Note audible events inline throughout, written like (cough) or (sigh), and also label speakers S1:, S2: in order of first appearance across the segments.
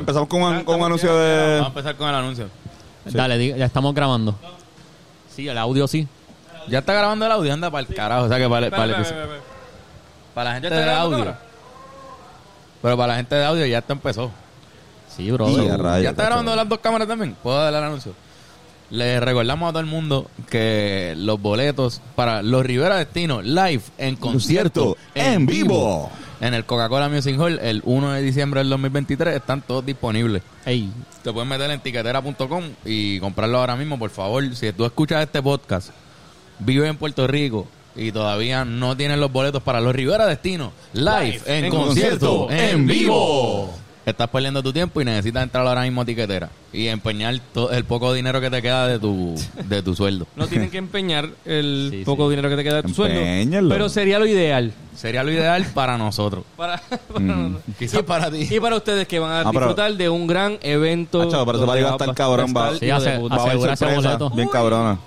S1: empezamos con un,
S2: Ah,
S1: con un
S2: estamos
S1: anuncio
S2: bien, bien,
S1: de.
S2: Vamos a empezar con el anuncio.
S3: Dale, di- ya estamos grabando. Sí, el audio sí.
S2: Ya está grabando el audio, anda para el carajo. O sea que para, el- para el- para la gente de
S4: grabando
S2: audio.
S4: ahora?
S2: Pero para la gente de audio ya está empezó.
S3: Sí, bro.
S1: Y a rayos,
S2: ya está
S1: tacho.
S2: grabando las dos cámaras también. Puedo dar el anuncio. Les recordamos a todo el mundo que los boletos para los Rivera Destino live en
S1: Concierto
S2: concierto,
S1: en vivo.
S2: en el Coca-Cola Music Hall el 1 de diciembre del 2023 están todos disponibles.
S3: Ey,
S2: Te pueden meter en tiquetera.com y comprarlo ahora mismo, por favor. Si tú escuchas este podcast, vives en Puerto Rico y todavía no tienes los boletos para los Rivera Destino, live, en, concierto, en vivo. Estás perdiendo tu tiempo y necesitas entrar ahora mismo a tiquetera y empeñar todo el poco dinero que te queda de (laughs) tu, de tu sueldo.
S4: No tienen que empeñar el
S3: Sí,
S4: poco
S3: sí.
S4: dinero que te queda de tu sueldo.
S1: Empeñenlo.
S4: Pero sería lo ideal.
S2: Sería lo ideal para nosotros.
S4: Para, (laughs) para nosotros.
S2: Quizás para ti.
S4: Y para ustedes que van a
S1: Ah, pero-
S4: disfrutar de un gran evento.
S1: Ah, chavo, pero se va a
S4: donde
S1: gastar
S4: va a
S1: cabrón, va-
S4: estar
S3: Sí,
S4: hijo
S3: hace-
S4: de puta.
S1: Va a haber
S3: Asegura ese
S1: sorpresa.
S3: boleto.
S1: Bien cabrona.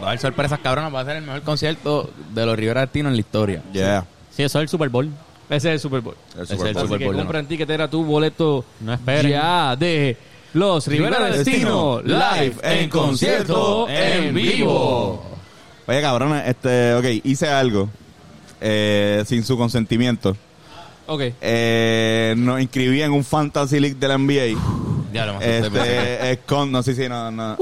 S2: Va a haber sorpresas, cabronas. Va a ser el mejor concierto de los Rivera Destino en la historia.
S1: Yeah.
S3: sí, eso es el Super Bowl.
S4: Ese es el Super Bowl.
S1: El
S2: Es
S1: Super
S2: el
S1: Bowl.
S4: Así
S2: Super
S4: que
S2: Bowl,
S4: compra en tiquetera tu boleto.
S3: No esperen.
S4: Ya de los Rivera
S1: Rivera
S4: Destino.
S1: Destino,
S4: Live en concierto en vivo.
S1: Oye, cabrona, este, ok, hice algo eh, sin su consentimiento.
S4: Ok.
S1: Eh, nos inscribí en un Fantasy League de la NBA.
S2: Ya lo más
S1: Este, es con, no sé si no, no.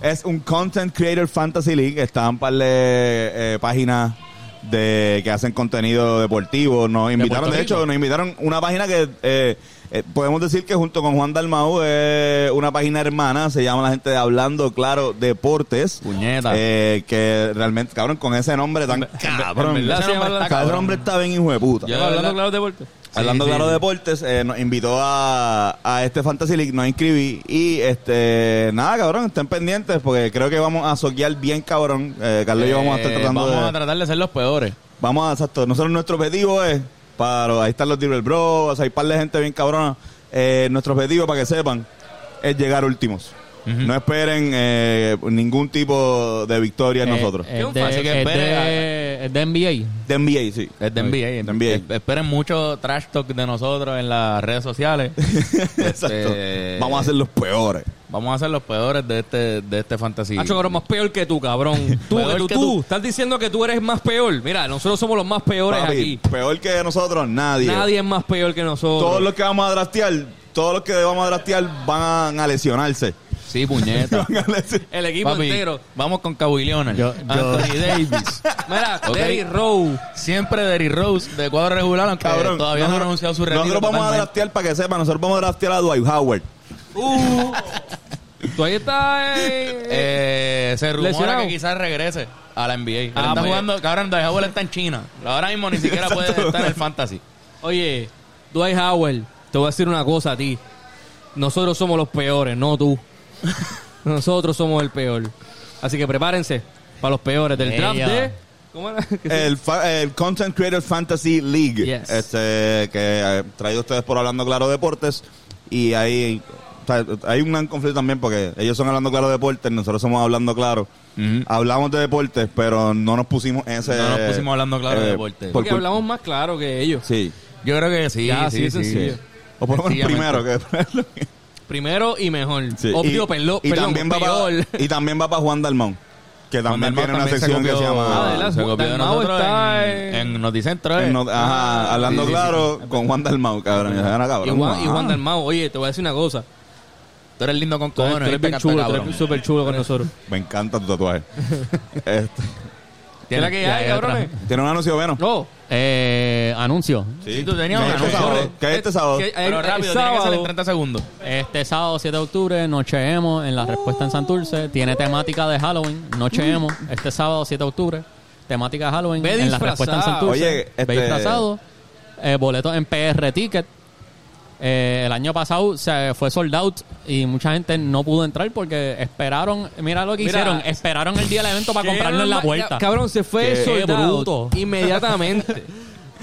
S1: Es un Content Creator Fantasy League. Están un par de eh, páginas de que hacen contenido deportivo. Nos invitaron,
S2: Puerto
S1: de hecho,
S2: Rico?
S1: nos invitaron una página que eh, eh, podemos decir que junto con Juan Dalmau es una página hermana. Se llama la gente de Hablando Claro Deportes.
S2: Puñeta.
S1: Eh, que realmente, cabrón, con ese nombre tan cabrón.
S2: en verdad
S1: ese
S2: se llama
S1: nombre
S2: la-
S1: está- cabrón, hombre está bien hijo de puta.
S2: Ya,
S4: Estamos hablando
S2: ¿verdad?
S4: claro de deporte.
S1: Hablando
S2: sí,
S1: de los
S2: sí.
S1: deportes, eh, nos invitó a, a este Fantasy League, nos inscribí y este nada cabrón, estén pendientes porque creo que vamos a soquear bien cabrón. Eh, Carlos y yo vamos a estar
S2: Eh,
S1: tratando
S2: vamos a
S1: de,
S2: tratar de ser los peores.
S1: vamos a exacto, nosotros nuestro objetivo es para ahí están los Dribble Bros, hay par de gente bien cabrona. Eh, nuestro objetivo para que sepan es llegar últimos. No esperen eh, ningún tipo de victoria en
S3: Eh,
S1: nosotros.
S3: eh,
S2: Qué
S3: de-
S2: fácil que
S3: es
S2: espere
S3: de, es de NBA.
S1: de NBA, sí.
S2: Es de NBA.
S1: De NBA.
S2: Es- Esperen mucho trash talk de nosotros en las
S1: (laughs)
S2: redes sociales.
S1: Exacto.
S2: Este,
S1: Vamos a ser los peores.
S2: Vamos a ser los peores de este, de este fantasía.
S4: Hacho, cabrón, más peor que tú, cabrón. Tú,
S2: Peor
S4: que tú,
S2: que
S4: tú.
S2: tú.
S4: Estás diciendo que tú eres más peor. Mira, nosotros somos los más peores
S1: Papi,
S4: aquí.
S1: Peor que nosotros,
S4: Nadie es más peor que nosotros.
S1: todos los que vamos a draftear, todos los que vamos a draftear van a lesionarse. (laughs)
S2: Sí, puñeta.
S1: Van a lesi-
S2: Eh,
S4: El (laughs) equipo
S2: Papi,
S4: entero.
S2: Vamos con Kawhi Leonard.
S3: Yo- yo-
S2: Anthony
S1: (laughs)
S2: Davis.
S4: Mira,
S2: Ok.
S4: Terry Rowe.
S2: Siempre Derry Rose de cuadro regular, aunque
S1: Cabrón,
S2: todavía no ha
S1: nosotros-
S2: anunciado su retiro.
S1: Nosotros vamos a
S2: totalmente.
S1: draftear para que sepan, nosotros vamos a draftear a Dwight Howard.
S4: Uh. tú ahí estás. eh,
S2: Eh, se rumora
S4: Lesionado.
S2: que quizás regrese a la NBA. Él
S4: Ah,
S2: está
S4: pues.
S2: jugando, cabrón, Dwight Howard está en China. Ahora mismo ni
S1: (laughs)
S2: siquiera puede estar en el fantasy.
S4: Oye, Dwight Howard, te voy a decir una cosa a ti. Nosotros somos los peores, no tú. Nosotros somos el peor. Así que prepárense para los peores del draft
S3: Ella.
S4: de... ¿Cómo era? (laughs) Que sí.
S1: El, fa- el Content Creator Fantasy League,
S4: Yes.
S1: este, que eh, traído ustedes por Hablando Claro Deportes. Y ahí o sea, hay un gran conflicto también porque ellos son Hablando Claro Deportes, nosotros somos Hablando Claro. Hablamos de deportes, pero no nos pusimos en ese... eh,
S2: No nos pusimos Hablando Claro de deportes.
S1: por
S4: Porque
S1: cul-
S4: hablamos más claro que ellos.
S1: Sí.
S2: Yo creo que sí.
S4: Ya, así
S2: sí,
S4: de
S2: sí,
S4: sencillo.
S1: O por lo menos primero
S2: Sencillamente.
S1: que...
S4: Primero y mejor.
S1: Sí.
S4: O, digo, perlo-
S1: y
S4: perdón,
S1: también va
S4: peor.
S1: Para, y también va para Juan Dalmón, que también tiene una sección que se
S4: Ah, de
S1: llama...
S4: la-
S2: se copió de
S4: Dalmau
S2: nosotros
S4: está
S2: en,
S4: en-
S2: en Noticentro. ¿eh?
S1: en no- ah. ajá, hablando
S2: Sí, sí, sí.
S1: claro con Juan Dalmau, cabrón. Y, ah,
S4: (laughs) Y
S1: cabrón,
S4: Juan, y
S1: ah.
S4: Juan Dalmau, oye, te voy a decir una cosa.
S2: Tú eres lindo con
S4: Tú eres,
S2: cojones.
S4: tú eres
S2: ¿viste,
S4: bien chulo, tú
S2: cabrón?
S4: eres súper chulo con nosotros.
S1: Me encanta tu tatuaje. (laughs) Este,
S4: ¿Qué es la que
S3: Ya,
S4: hay,
S3: ya,
S4: cabrones?
S1: Tiene un anuncio bueno.
S2: Oh.
S4: No.
S3: Eh, anuncio.
S2: Sí, tú tenías
S1: Que
S2: un
S1: este
S2: anuncio.
S1: sábado, Que este sábado.
S4: Que- el-
S2: Pero
S4: el
S2: rápido, tiene que ser en
S4: sábado-
S2: 30 segundos.
S3: Este sábado 7 de octubre, Noche Emo en la respuesta en Santurce. Tiene temática de Halloween, Noche Emo. Este sábado 7 de octubre, temática de Halloween
S4: Mm. Ve
S3: en la
S4: disfrazado.
S3: respuesta en Santurce.
S1: Oye,
S3: Ve
S1: este-
S3: disfrazado. Eh, boletos en PR Ticket. Eh, el año pasado se fue sold out y mucha gente no pudo entrar porque esperaron. Mira lo que
S4: Mira,
S3: hicieron: esperaron el día del evento para
S4: Qué
S3: comprarlo en la
S4: norma-
S3: puerta.
S4: Cabrón, se fue
S3: Qué
S4: sold out
S3: bruto. (laughs)
S4: inmediatamente.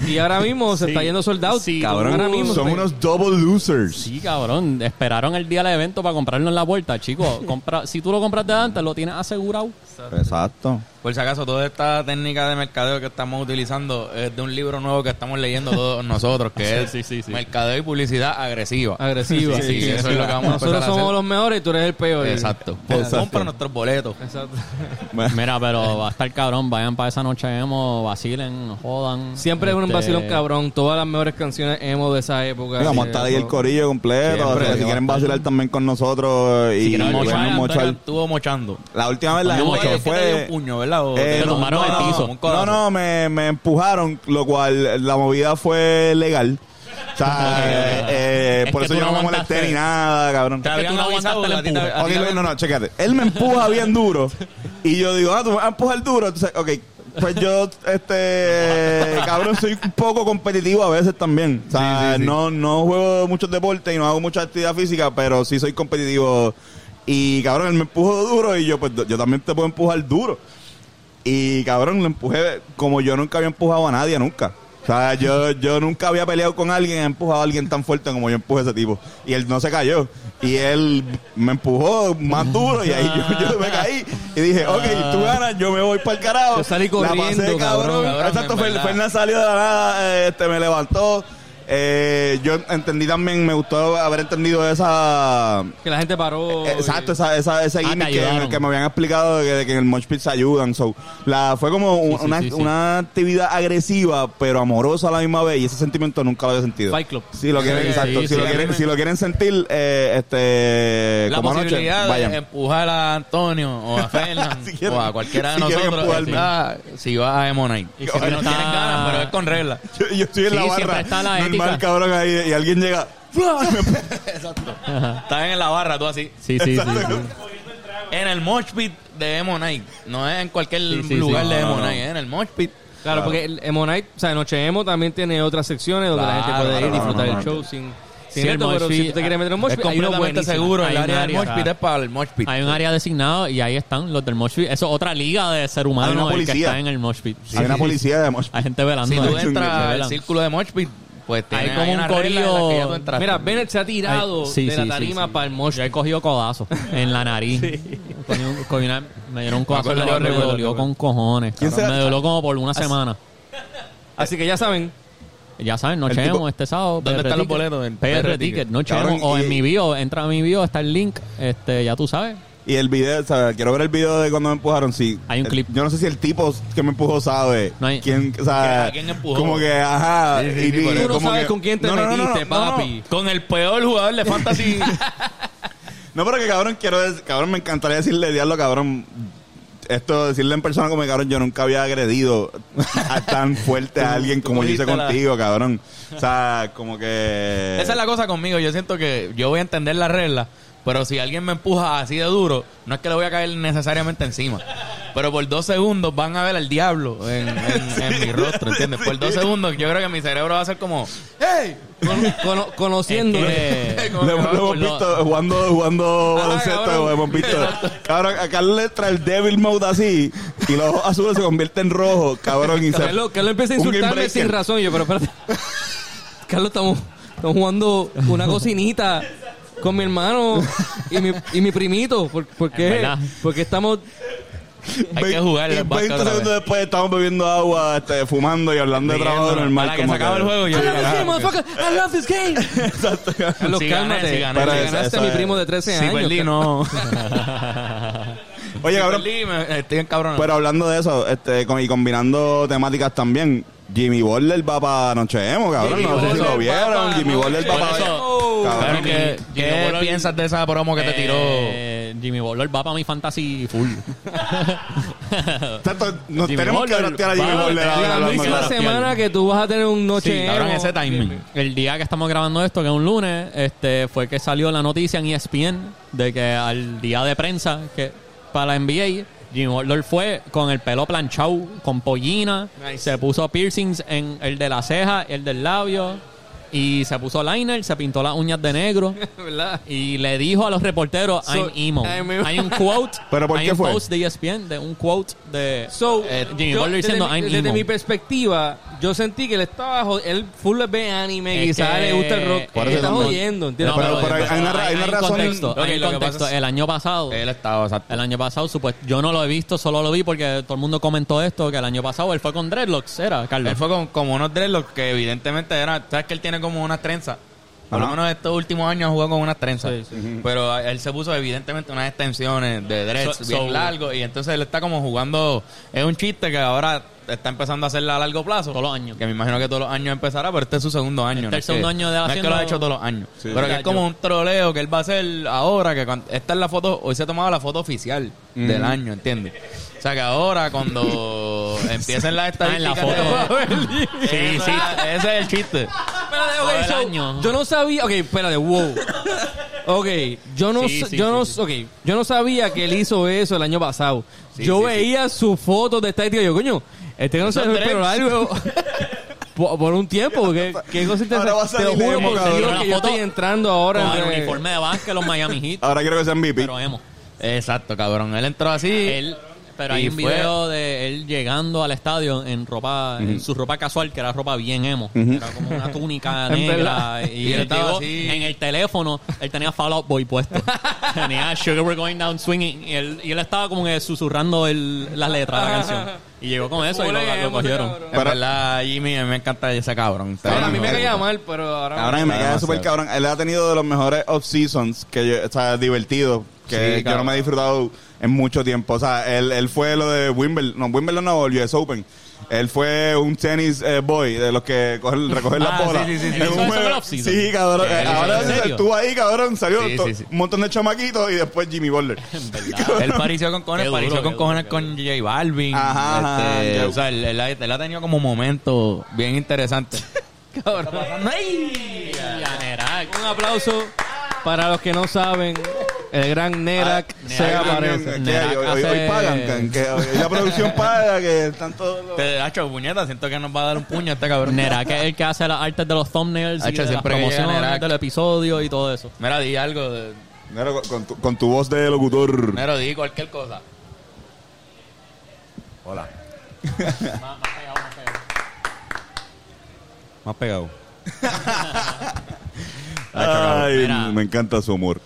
S4: y ahora mismo se
S3: Sí.
S4: está yendo sold out.
S3: Sí,
S1: Cabrón,
S4: ahora mismo
S1: son
S4: se-
S1: unos double losers.
S3: Sí, cabrón. Esperaron el día del evento para comprarlo en la puerta, chicos. Compra, si tú lo compraste antes, lo tienes asegurado.
S1: Exacto.
S2: Por si acaso, toda esta técnica de mercadeo que estamos utilizando es de un libro nuevo que estamos leyendo todos nosotros, que es
S3: sí, sí, sí.
S2: Mercadeo y Publicidad Agresiva.
S4: Agresiva.
S2: Sí, sí, eso es lo que vamos a
S4: Nosotros
S2: empezar a
S4: somos
S2: hacer.
S4: los mejores y tú eres el peor.
S2: Exacto.
S1: Exacto.
S2: Compra nuestros boletos.
S4: Exacto.
S1: (laughs)
S3: Mira, pero va a estar cabrón. Vayan para esa noche emo, vacilen, jodan.
S4: Siempre es un
S3: Este,
S4: vacilón cabrón. Todas las mejores canciones emo de esa época.
S1: Mira, vamos a
S4: Eh,
S1: estar ahí el
S4: no.
S1: corillo completo.
S2: Siempre,
S1: o sea, si
S2: vamos
S1: quieren
S2: a estar.
S1: vacilar también con nosotros eh, y
S2: No,
S1: ponernos
S2: Antonio
S1: mochar.
S2: estuvo mochando.
S1: La última vez la
S3: Antonio
S1: gente que
S3: Mochar.
S2: Es que te dio
S1: fue.
S2: un puño, ¿verdad? O
S1: eh,
S2: te
S1: no,
S3: tumbaron al
S1: no,
S3: piso.
S2: Un
S1: No,
S2: codazo.
S1: no, me, me empujaron, lo cual eh, la movida fue legal. O
S3: (laughs)
S1: sea, eh, eh,
S3: Es
S1: por
S3: que
S1: eso
S3: tú
S1: yo no
S3: no
S1: me molesté
S3: aguantaste.
S1: ni nada, cabrón.
S2: Te habían
S3: tú no
S2: avisado,
S3: aguantaste el
S2: a ti te-
S3: empuje.
S2: a
S1: Ok,
S2: ti te-
S1: no, no, chécate. Él me empuja bien duro y yo digo, ah, tú me vas a empujar duro. Entonces, ok, pues yo, este, cabrón, soy un poco competitivo a veces también. O sea, No, no juego muchos deportes y no hago mucha actividad física, pero sí soy competitivo. Y cabrón, él me empujó duro y yo, pues yo también te puedo empujar duro. Y cabrón, lo empujé como yo nunca había empujado a nadie, nunca. O sea, yo, yo nunca había peleado con alguien, he empujado a alguien tan fuerte como yo empujé a ese tipo. Y él no se cayó. Y él me empujó más duro y ahí yo, yo me caí. Y dije, ok, tú ganas, yo me voy para el carajo.
S4: Ah. Yo salí corriendo,
S1: La pasé,
S4: cabrón,
S2: cabrón,
S1: Exacto,
S2: en
S1: Fer-
S2: verdad.
S1: Fernan salió de la nada, eh, este, me levantó. Eh, yo entendí también, me gustó haber entendido esa...
S4: Que la gente paró.
S1: Eh, Exacto, esa, esa, esa
S3: Ah, te
S1: gimmick que,
S3: ayudaron.
S1: que me habían explicado de que, de que en el Mosh Pit se ayudan. So, la, fue como un-
S3: sí,
S1: una,
S3: sí, sí.
S1: una actividad agresiva, pero amorosa a la misma vez. Y ese sentimiento nunca lo había
S4: y-
S1: sentido.
S4: Fight Club.
S1: Si lo quieren,
S2: Sí,
S1: exacto, si,
S2: sí, sí,
S1: lo
S2: a mí
S1: quieren,
S2: me-
S1: si lo quieren sentir, eh, este,
S2: la
S1: como anoche,
S2: posibilidad
S1: vayan.
S2: de
S3: em-
S2: empujar a Antonio
S1: (laughs)
S2: o a Fernan
S1: Si quieren-
S2: o a cualquiera de
S1: si quieren
S2: nosotros
S1: empujarme.
S2: está- si vas a Emonite.
S3: Y
S2: Y
S3: siempre
S2: no
S3: está-
S1: Ah.
S2: tienes ganas, pero es con reglas.
S1: (laughs) Yo, yo estoy en
S3: Sí,
S1: la
S3: siempre
S1: barra,
S3: está la
S1: normal,
S3: ética.
S1: cabrón, ahí, y alguien llega.
S3: (laughs)
S2: Estás en la barra, tú así.
S3: Sí, sí, sí. sí.
S2: En el mosh pit de Emonite. No es en cualquier
S3: Sí, sí,
S2: lugar
S3: sí.
S2: de
S1: No, no,
S2: Emonite,
S1: no.
S2: es en el mosh pit.
S4: Claro, porque el Emo Night, o sea, Noche Emo también tiene otras secciones donde la gente
S2: Claro,
S4: puede ir
S2: claro,
S4: disfrutar
S1: no, no,
S4: el
S1: no.
S4: show sin, sin
S3: Sí, el
S4: esto,
S3: mosh
S4: pero si
S3: pit,
S4: tú te quieres meter en un mosh
S2: Es
S4: pit, hay uno
S2: completamente
S4: buenísimo.
S2: seguro.
S3: Hay
S2: El
S3: un
S2: área del
S3: área,
S2: mosh pit
S3: claro.
S2: es para el mosh pit.
S3: Hay un área designado y ahí están los del mosh pit. Eso es otra liga de ser
S1: Hay una
S3: humano el que
S1: policía.
S3: está en el mosh pit.
S1: Hay una policía de Mosh Pit.
S3: Hay gente velando.
S2: Si tú
S3: ahí.
S2: entras
S3: Se
S2: al
S3: velan.
S2: círculo de mosh pit, pues
S3: Hay
S2: tiene
S3: como
S2: hay
S3: un
S2: una regla en la que ya
S3: corillo-
S2: tú entraste.
S4: Mira, Bennett se ha tirado
S3: Ay, sí,
S4: de
S3: sí,
S4: la
S3: sí,
S4: tarima
S3: sí.
S4: para el mosh
S3: Yo he
S4: pit.
S3: cogido codazo en la nariz. Cogí un- cogí una- me dieron un codazo en
S2: acuerdo,
S3: la
S2: yo
S3: nariz. Me
S2: recuerdo,
S3: dolió
S2: recuerdo.
S3: con cojones.
S1: ¿Quién
S3: cabrón.
S1: será?
S3: Me dolió como por una semana.
S4: Así que ya saben,
S3: Ya saben, Noche
S1: El tipo-
S3: Emo este sábado.
S2: ¿Dónde
S3: PR
S2: están los
S3: Ticket.
S2: boletos? En
S3: PR,
S2: PR
S3: Ticket,
S2: Ticket.
S3: Noche
S1: Cabrón,
S3: Emo. O
S1: y-
S3: en mi bio, entra a mi bio, está el link. Este, ya tú sabes.
S1: Y el video, o sea, quiero ver el video de cuando me empujaron. Sí,
S3: Hay un
S1: El-
S3: clip.
S1: Yo no sé si el tipo que me empujó sabe.
S3: No hay-
S1: quién, o sea,
S2: ¿A quién empujó?
S1: Como que, ajá.
S2: Sí, sí, sí, por eso.
S4: tú no
S1: como
S4: sabes
S1: que-
S4: con quién te
S1: No, no, no, no,
S4: metiste,
S1: no, no.
S4: papi.
S2: Con el peor jugador de fantasy.
S1: No, pero que cabrón, quiero decir, cabrón, me encantaría decirle, diablo, cabrón. Esto, decirle en persona como que, cabrón, yo nunca había agredido a tan fuerte a alguien
S2: tú
S1: como yo hice
S2: cogiste la-
S1: contigo, cabrón. O sea, como que.
S2: (laughs) Esa es la cosa conmigo. Yo siento que yo voy a entender las reglas, pero si alguien me empuja así de duro, no es que le voy a caer necesariamente encima. Pero por dos segundos van a ver al diablo en, en- en mi rostro, ¿entiendes? Por dos segundos yo creo que mi cerebro va a ser como...
S4: cono- cono- conociendo.
S3: que-
S1: Lo, lo hemos visto jugando, jugando
S2: pues Ah,
S1: baloncesto,
S2: cabrón.
S1: hemos visto. Cabrón, acá le entra el Devil Mode así y los ojos azules se convierten en rojos, cabrón. Y se,
S4: Carlos, Carlos empieza a
S1: un game
S4: insultarme
S1: breaker.
S4: sin razón. Y yo, pero espérate. Carlos, estamos, estamos jugando una cocinita con mi hermano y mi, y mi primito. ¿Por, por
S3: Es
S4: qué?
S3: verdad.
S4: Porque estamos.
S2: Hay que jugar
S1: Y
S2: el básquet
S1: 20
S2: otra
S1: segundos
S2: vez.
S1: después estamos bebiendo agua, este, fumando y hablando de trabajo
S2: Riéndonos.
S1: normal.
S2: Para que se
S1: como
S2: acabe
S1: que-
S2: el juego
S4: I
S2: yo
S4: love
S2: digo,
S4: this
S2: "Ah,
S4: game,
S2: ok".
S4: motherfucker. I love this
S1: (laughs)
S4: game.
S1: Exacto.
S4: Carlos,
S2: Si gané,
S4: cálmate.
S2: si gané,
S1: Pero
S4: Le
S1: eso-
S4: ganaste a
S1: eso
S4: mi
S1: es-
S4: primo de 13
S2: Si
S4: años.
S2: perdí, no.
S1: Oye,
S2: Si
S1: cabrón,
S2: perdí, me- estoy encabronado.
S1: Pero hablando de eso, este, con- y combinando temáticas también, Jimmy Butler va para Noche Emo, cabrón.
S2: Jimmy
S1: no sé si
S2: Butler
S1: lo
S2: va
S1: vieron.
S4: pa'
S1: Jimmy Butler va
S4: Noche
S1: para
S4: Emo.
S1: Cabrón,
S2: Pero, ¿qué,
S3: Jimmy-
S2: qué
S3: Jimmy Butler-
S2: piensas de esa promo que te tiró?
S3: Eh, Jimmy Butler va para mi fantasy full.
S1: Exacto, nos
S3: Jimmy
S1: tenemos que
S3: Butler
S1: draftear a Jimmy
S3: va-
S1: Butler.
S3: la
S1: ahora,
S4: La
S1: hablando
S4: misma
S1: claro.
S3: Claro.
S4: semana que tú vas a tener un noche.
S2: Sí, cabrón,
S4: emo.
S2: ese timing.
S3: El día que estamos grabando esto, que es un lunes, este, fue que salió la noticia en E ESPN de que al día de prensa que para la NBA, Jimmy Butler fue con el pelo planchado, con pollina,
S4: Nice.
S3: se puso piercings en el de la ceja, el del labio, Y se puso liner, se pintó las uñas de
S4: (laughs)
S3: negro
S4: (laughs) ¿Verdad?
S3: y le dijo a los reporteros, I'm
S4: So,
S3: emo.
S4: I'm emo.
S3: Hay un quote,
S1: (laughs) ¿Pero por
S3: hay
S1: qué
S3: un
S1: fue?
S3: post de E ESPN, de un quote de
S4: So,
S3: eh, Jimmy
S4: yo-
S3: Butler diciendo,
S4: desde, mi-
S3: I'm
S4: desde
S3: emo.
S4: mi perspectiva, yo sentí que él estaba, jo- él full ve anime,
S3: Es
S4: quizás
S3: que- eh,
S4: le gusta el rock.
S3: Por
S1: eso
S4: está
S1: también.
S4: jodiendo,
S3: No,
S4: ¿entiendes?
S1: Pero- pero hay-
S3: pero-
S1: hay una ra- hay una razón-
S3: contexto,
S2: Ok,
S3: hay
S2: lo que
S3: contexto. Eh.
S2: pasa es-
S3: El año pasado,
S2: Él estaba, exacto.
S3: el año pasado, supuest- yo no lo he visto, solo lo vi porque todo el mundo comentó esto, que el año pasado él fue con dreadlocks, era, Carlos.
S2: Él fue con, como unos dreadlocks que evidentemente eran... ¿Sabes que él tiene como unas trenzas? Por lo
S1: Ajá.
S2: menos estos últimos años jugó con unas trenzas.
S4: Sí, sí.
S2: Pero a- él se puso evidentemente unas extensiones de dreads
S3: So-
S2: bien
S3: so-
S2: largo y entonces él está como jugando... Es un chiste que ahora está empezando a hacerla a largo plazo.
S3: Todos los años.
S2: Que me imagino que todos los años empezará, pero este es su segundo año.
S3: Este
S2: no
S3: es el segundo
S2: que-
S3: año de
S2: No es que
S3: haciendo-
S2: lo ha hecho todos los años.
S1: Sí.
S2: Pero que es como un troleo que él va a hacer ahora, que cuando- esta es la foto... Hoy se ha tomado la foto oficial del año, ¿entiendes? O sea que ahora
S3: (laughs)
S2: cuando empiecen las
S3: Ah, en la
S2: estadísticas... de-
S3: (laughs) foto.
S2: Sí, sí, ese es el chiste.
S4: Espérate, ok,
S3: Todo el
S4: so,
S3: año.
S4: Yo no sabía. Ok,
S3: (laughs)
S4: espérate, wow. Ok, yo no,
S3: Sí,
S4: sa-
S3: sí,
S4: yo
S3: sí,
S4: no,
S3: sí.
S4: ok, yo no sabía que él hizo eso el año pasado. yo
S2: sí,
S4: veía sus fotos de estética y yo, coño, este no se
S2: Son
S4: ve el pelo
S2: dreads.
S3: (laughs)
S4: largo. por, por un tiempo, porque qué cosa
S1: Ahora va a
S4: interesante. Te lo
S1: salir
S4: juro
S1: emo,
S4: por
S1: cabrón.
S4: Dios
S3: Una
S4: que yo
S3: foto
S4: estoy entrando ahora
S3: con el
S4: en
S3: uniforme de básquet, los Miami
S1: (laughs)
S3: Heat,
S1: Ahora quiero que sean VIP.
S3: pero emo.
S2: Exacto, cabrón. Él entró así.
S3: Él, pero
S2: Y
S3: hay un
S2: fue-
S3: video de él llegando al estadio en ropa, en su ropa casual, que era ropa bien emo. Era como una (laughs) túnica
S4: En
S3: negra.
S4: verdad.
S3: y
S2: Y él
S3: él
S2: estaba
S3: llegó
S2: así.
S3: en el teléfono, él tenía Fall Out Boy puesto. (laughs) tenía Sugar We're Going Down Swinging. Y él, y él estaba como que susurrando el- las letras de la canción. Y llegó con eso y lo, lo cogieron.
S2: En
S1: Pero-
S2: verdad, Jimmy, a mí me encanta ese cabrón. Está
S4: Ahora a mí
S2: bien,
S4: me
S2: cabrón.
S4: caía mal, pero ahora.
S1: Cabrón, me
S2: Claro,
S1: queda súper
S2: claro.
S1: cabrón. Él ha tenido de los mejores off-seasons que yo, o sea, divertido. Que
S2: Sí,
S1: yo no
S2: cabrón.
S1: me he disfrutado en mucho tiempo. O sea, él, él fue lo de Wimbledon. No, Wimbledon no, el US Open. Él fue un tennis eh, boy de los que cogen- recogen las
S2: Ah,
S1: bolas.
S2: sí, sí, sí, sí.
S1: En
S3: ¿Eso-
S1: un
S3: eso
S1: juego-
S3: fue el off-season?
S1: Sí, cabrón.
S2: Sí,
S1: Eh,
S2: sí,
S1: ahora
S2: ¿en
S1: se-
S3: serio?
S1: estuvo ahí, cabrón. Salió
S2: Sí,
S1: to-
S2: sí, sí.
S1: un montón de chamaquitos y después Jimmy Butler.
S2: Él pareció con cojones,
S3: (laughs) Qué duro,
S2: pareció
S3: qué
S2: con
S3: duro,
S2: cojones
S3: qué
S2: con J Balvin.
S1: Ajá, ajá,
S2: este,
S1: qué-
S2: o sea, él, él ha, él ha tenido como momentos bien interesantes. cabrón. ¡Ay!
S4: Un aplauso para los que no saben. El gran Nerak se
S1: Ay,
S4: aparece.
S1: coño,
S3: Nerak
S1: eh, que hoy, hoy- hoy
S3: hace-
S1: pagan, can- que hoy la producción paga, que están todos los-
S2: Te hacho puñeta, siento que nos va a dar un puño este cabrón.
S3: Nera, que es el que hace las artes de los thumbnails y
S2: Hacho,
S3: de las
S2: siempre que llega
S3: promociones
S2: Nerak.
S3: del episodio y todo eso.
S2: Mira, di algo. de-
S1: Nero, con- con, tu, con tu voz de locutor.
S2: Mira, di cualquier cosa.
S1: Hola.
S2: Más pegado.
S1: Ay,
S3: Mira.
S1: me encanta su humor.
S3: Para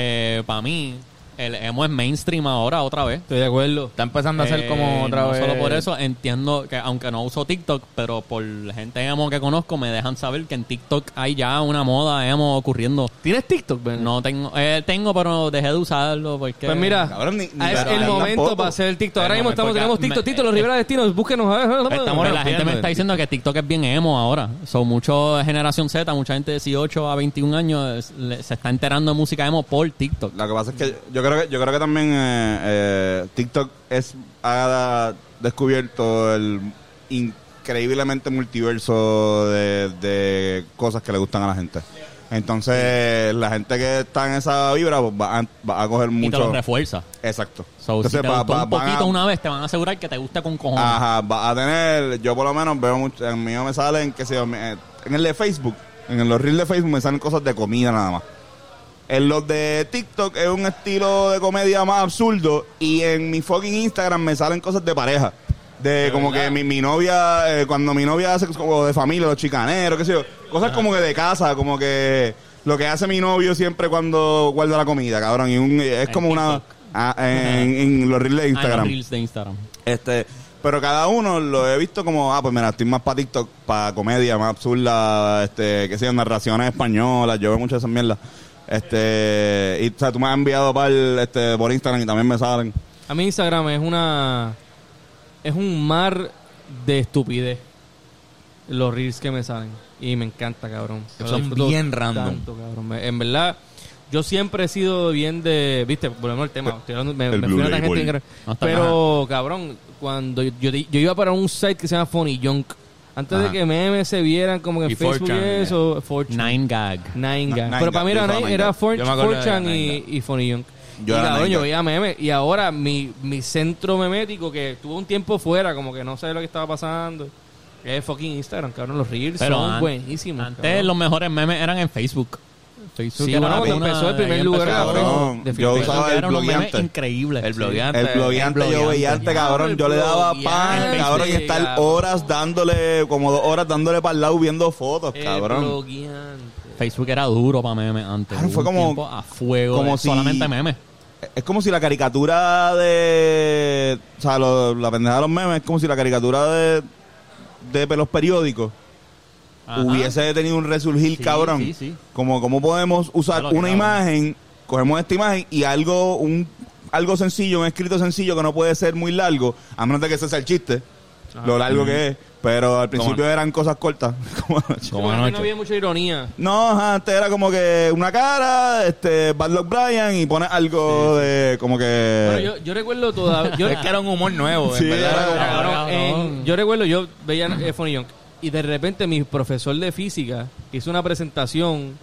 S3: Eh, mí, el emo es mainstream ahora otra vez.
S4: Estoy de acuerdo.
S2: Está empezando a ser
S3: Eh,
S2: como otra
S3: no
S2: vez.
S3: Solo por eso entiendo que, aunque no uso TikTok, pero por gente emo que conozco, me dejan saber que en TikTok hay ya una moda emo ocurriendo.
S4: ¿Tienes TikTok, Ben?
S3: No tengo, eh, tengo, pero dejé de usarlo porque.
S4: Pues mira,
S1: Cabrón, ni- ni
S4: es
S1: la-
S4: el
S1: ni
S4: momento
S1: tampoco.
S4: para hacer el TikTok. Ahora
S2: El
S4: mismo estamos,
S2: momento,
S4: tenemos
S3: ya.
S4: TikTok,
S3: Me-
S4: Tito, los
S3: eh,
S4: Rivera Destinos, búsquenos. a ver,
S2: Estamos
S3: Pues la
S2: rompiendo
S3: gente me
S2: el
S3: está diciendo que TikTok es bien emo ahora. Son muchos generación Z, mucha gente de 18 a 21 años eh, le- se está enterando de música emo por TikTok.
S1: Lo que pasa es que yo creo que, yo creo que también eh, eh, TikTok es, ha descubierto el increíblemente multiverso de, de cosas que le gustan a la gente. Entonces, la gente que está en esa vibra pues, va, a, va a coger
S3: Y te lo
S1: mucho.
S3: refuerza.
S1: Exacto.
S3: So, si te
S1: va-
S3: gustó
S1: va-
S3: un
S1: van a-
S3: poquito una vez, te van a asegurar que te gusta con cojones.
S1: Ajá, va a tener, yo por lo menos veo mucho, en mío me salen, que sé yo, me- eh, en el de Facebook, en los reels de Facebook me salen cosas de comida nada más. En los de TikTok es un estilo de comedia más absurdo y en mi fucking Instagram me salen cosas de pareja. De, como que mi, mi novia, eh, cuando mi novia hace como de familia, los chicaneros, qué sé yo. Cosas como que de casa, como que lo que hace mi novio siempre cuando guarda la comida, cabrón. Y un- es como una... ah, en, en los reels de
S3: Ah, en los
S1: Instagram.
S3: reels de Instagram.
S1: Este, pero cada uno lo he visto como, ah, pues mira, estoy más para TikTok, para comedia, más absurda, este, que sean narraciones españolas, yo veo muchas de esas mierdas. Este, y o sea, tú me has enviado par, este, por Instagram y también me salen.
S4: A mí Instagram es una... Es un mar de estupidez. Los reels que me salen. Y me encanta, cabrón.
S2: Que
S4: Lo
S2: son
S4: disfruto
S2: bien random.
S4: tanto, cabrón. Me- En verdad, yo siempre he sido bien de... Viste, volvemos al tema. Estoy hablando- me,
S1: el
S4: me
S1: Blue
S4: fui a una
S1: Label.
S4: tangente bien grande.
S3: No está
S4: Pero, cabrón, cuando yo, yo- yo iba para un site que se llama Funny Junk. Antes
S2: Ajá.
S4: de que memes se vieran como que en
S2: Y
S4: Facebook
S2: 4chan,
S4: y eso... 4chan.
S3: Nine gag.
S4: Nine
S1: Na-
S4: Gag.
S1: Nine
S4: Pero para mí
S1: Gag,
S4: era,
S1: yo usaba
S4: Nine-
S1: Nine
S4: era
S1: Gag.
S4: Four-
S2: Yo me acuerdo de
S4: 4chan
S2: Nine
S4: y, y Funny Young.
S1: Yo
S4: y
S1: era
S4: cabrón,
S1: Nine
S4: yo
S1: Gag.
S4: veía memes. Y ahora mi, mi centro memético que tuvo un tiempo fuera, como que no sabía lo que estaba pasando. Es fucking Instagram, cabrón. Los reels
S3: Pero
S4: son
S3: an-
S4: buenísimos.
S3: Antes
S4: cabrón.
S3: los mejores memes eran en Facebook. Facebook
S4: Sí,
S3: era
S4: bueno,
S3: la
S4: cuando
S3: cuna,
S4: empezó el primer
S3: ahí
S4: lugar
S3: empezó.
S4: era
S1: Cabrón,
S4: Facebook,
S1: yo
S4: definitivamente.
S1: usaba
S3: Eran
S1: el
S3: unos memes
S1: blogueante.
S3: increíbles.
S2: El
S3: Sí.
S2: blogueante.
S1: El blogueante, yo veía antes, cabrón. Yo le daba
S4: El
S1: pan,
S4: blogueante,
S1: cabrón, y estar
S4: cabrón.
S1: horas dándole, como dos horas dándole para el lado viendo fotos,
S4: El
S1: cabrón.
S4: blogueante.
S3: Facebook era duro para memes antes.
S1: Claro,
S3: Hubo
S1: fue
S3: un
S1: como-
S3: tiempo a fuego
S1: como
S3: de
S1: si-
S3: solamente memes.
S1: Es como si la caricatura de. O sea, lo- la pendeja de los memes es como si la caricatura de. de pe- los periódicos
S3: Ajá.
S1: hubiese tenido un resurgir,
S3: Sí,
S1: cabrón.
S3: sí, sí.
S1: Como, como podemos usar
S3: Claro,
S1: una
S3: claro.
S1: imagen, cogemos esta imagen y algo, un, algo sencillo, un escrito sencillo que no puede ser muy largo, a menos de que ese sea el chiste, lo largo que es. Pero al principio eran cosas cortas. (laughs) como anoche.
S2: Como
S4: Pero antes
S2: anoche.
S4: no había mucha ironía.
S1: No, ajá, antes era como que una cara, este, Bad Luck Brian y pones algo de como que...
S4: Bueno, yo, yo recuerdo todavía. Yo,
S2: Eh. (laughs) Es que era un humor nuevo,
S1: Sí,
S2: en verdad.
S1: era-
S4: Pero,
S3: Cabrón,
S4: cabrón,
S3: cabrón.
S4: en- yo recuerdo, yo veía eh, Funny Young y de repente mi profesor de física hizo una presentación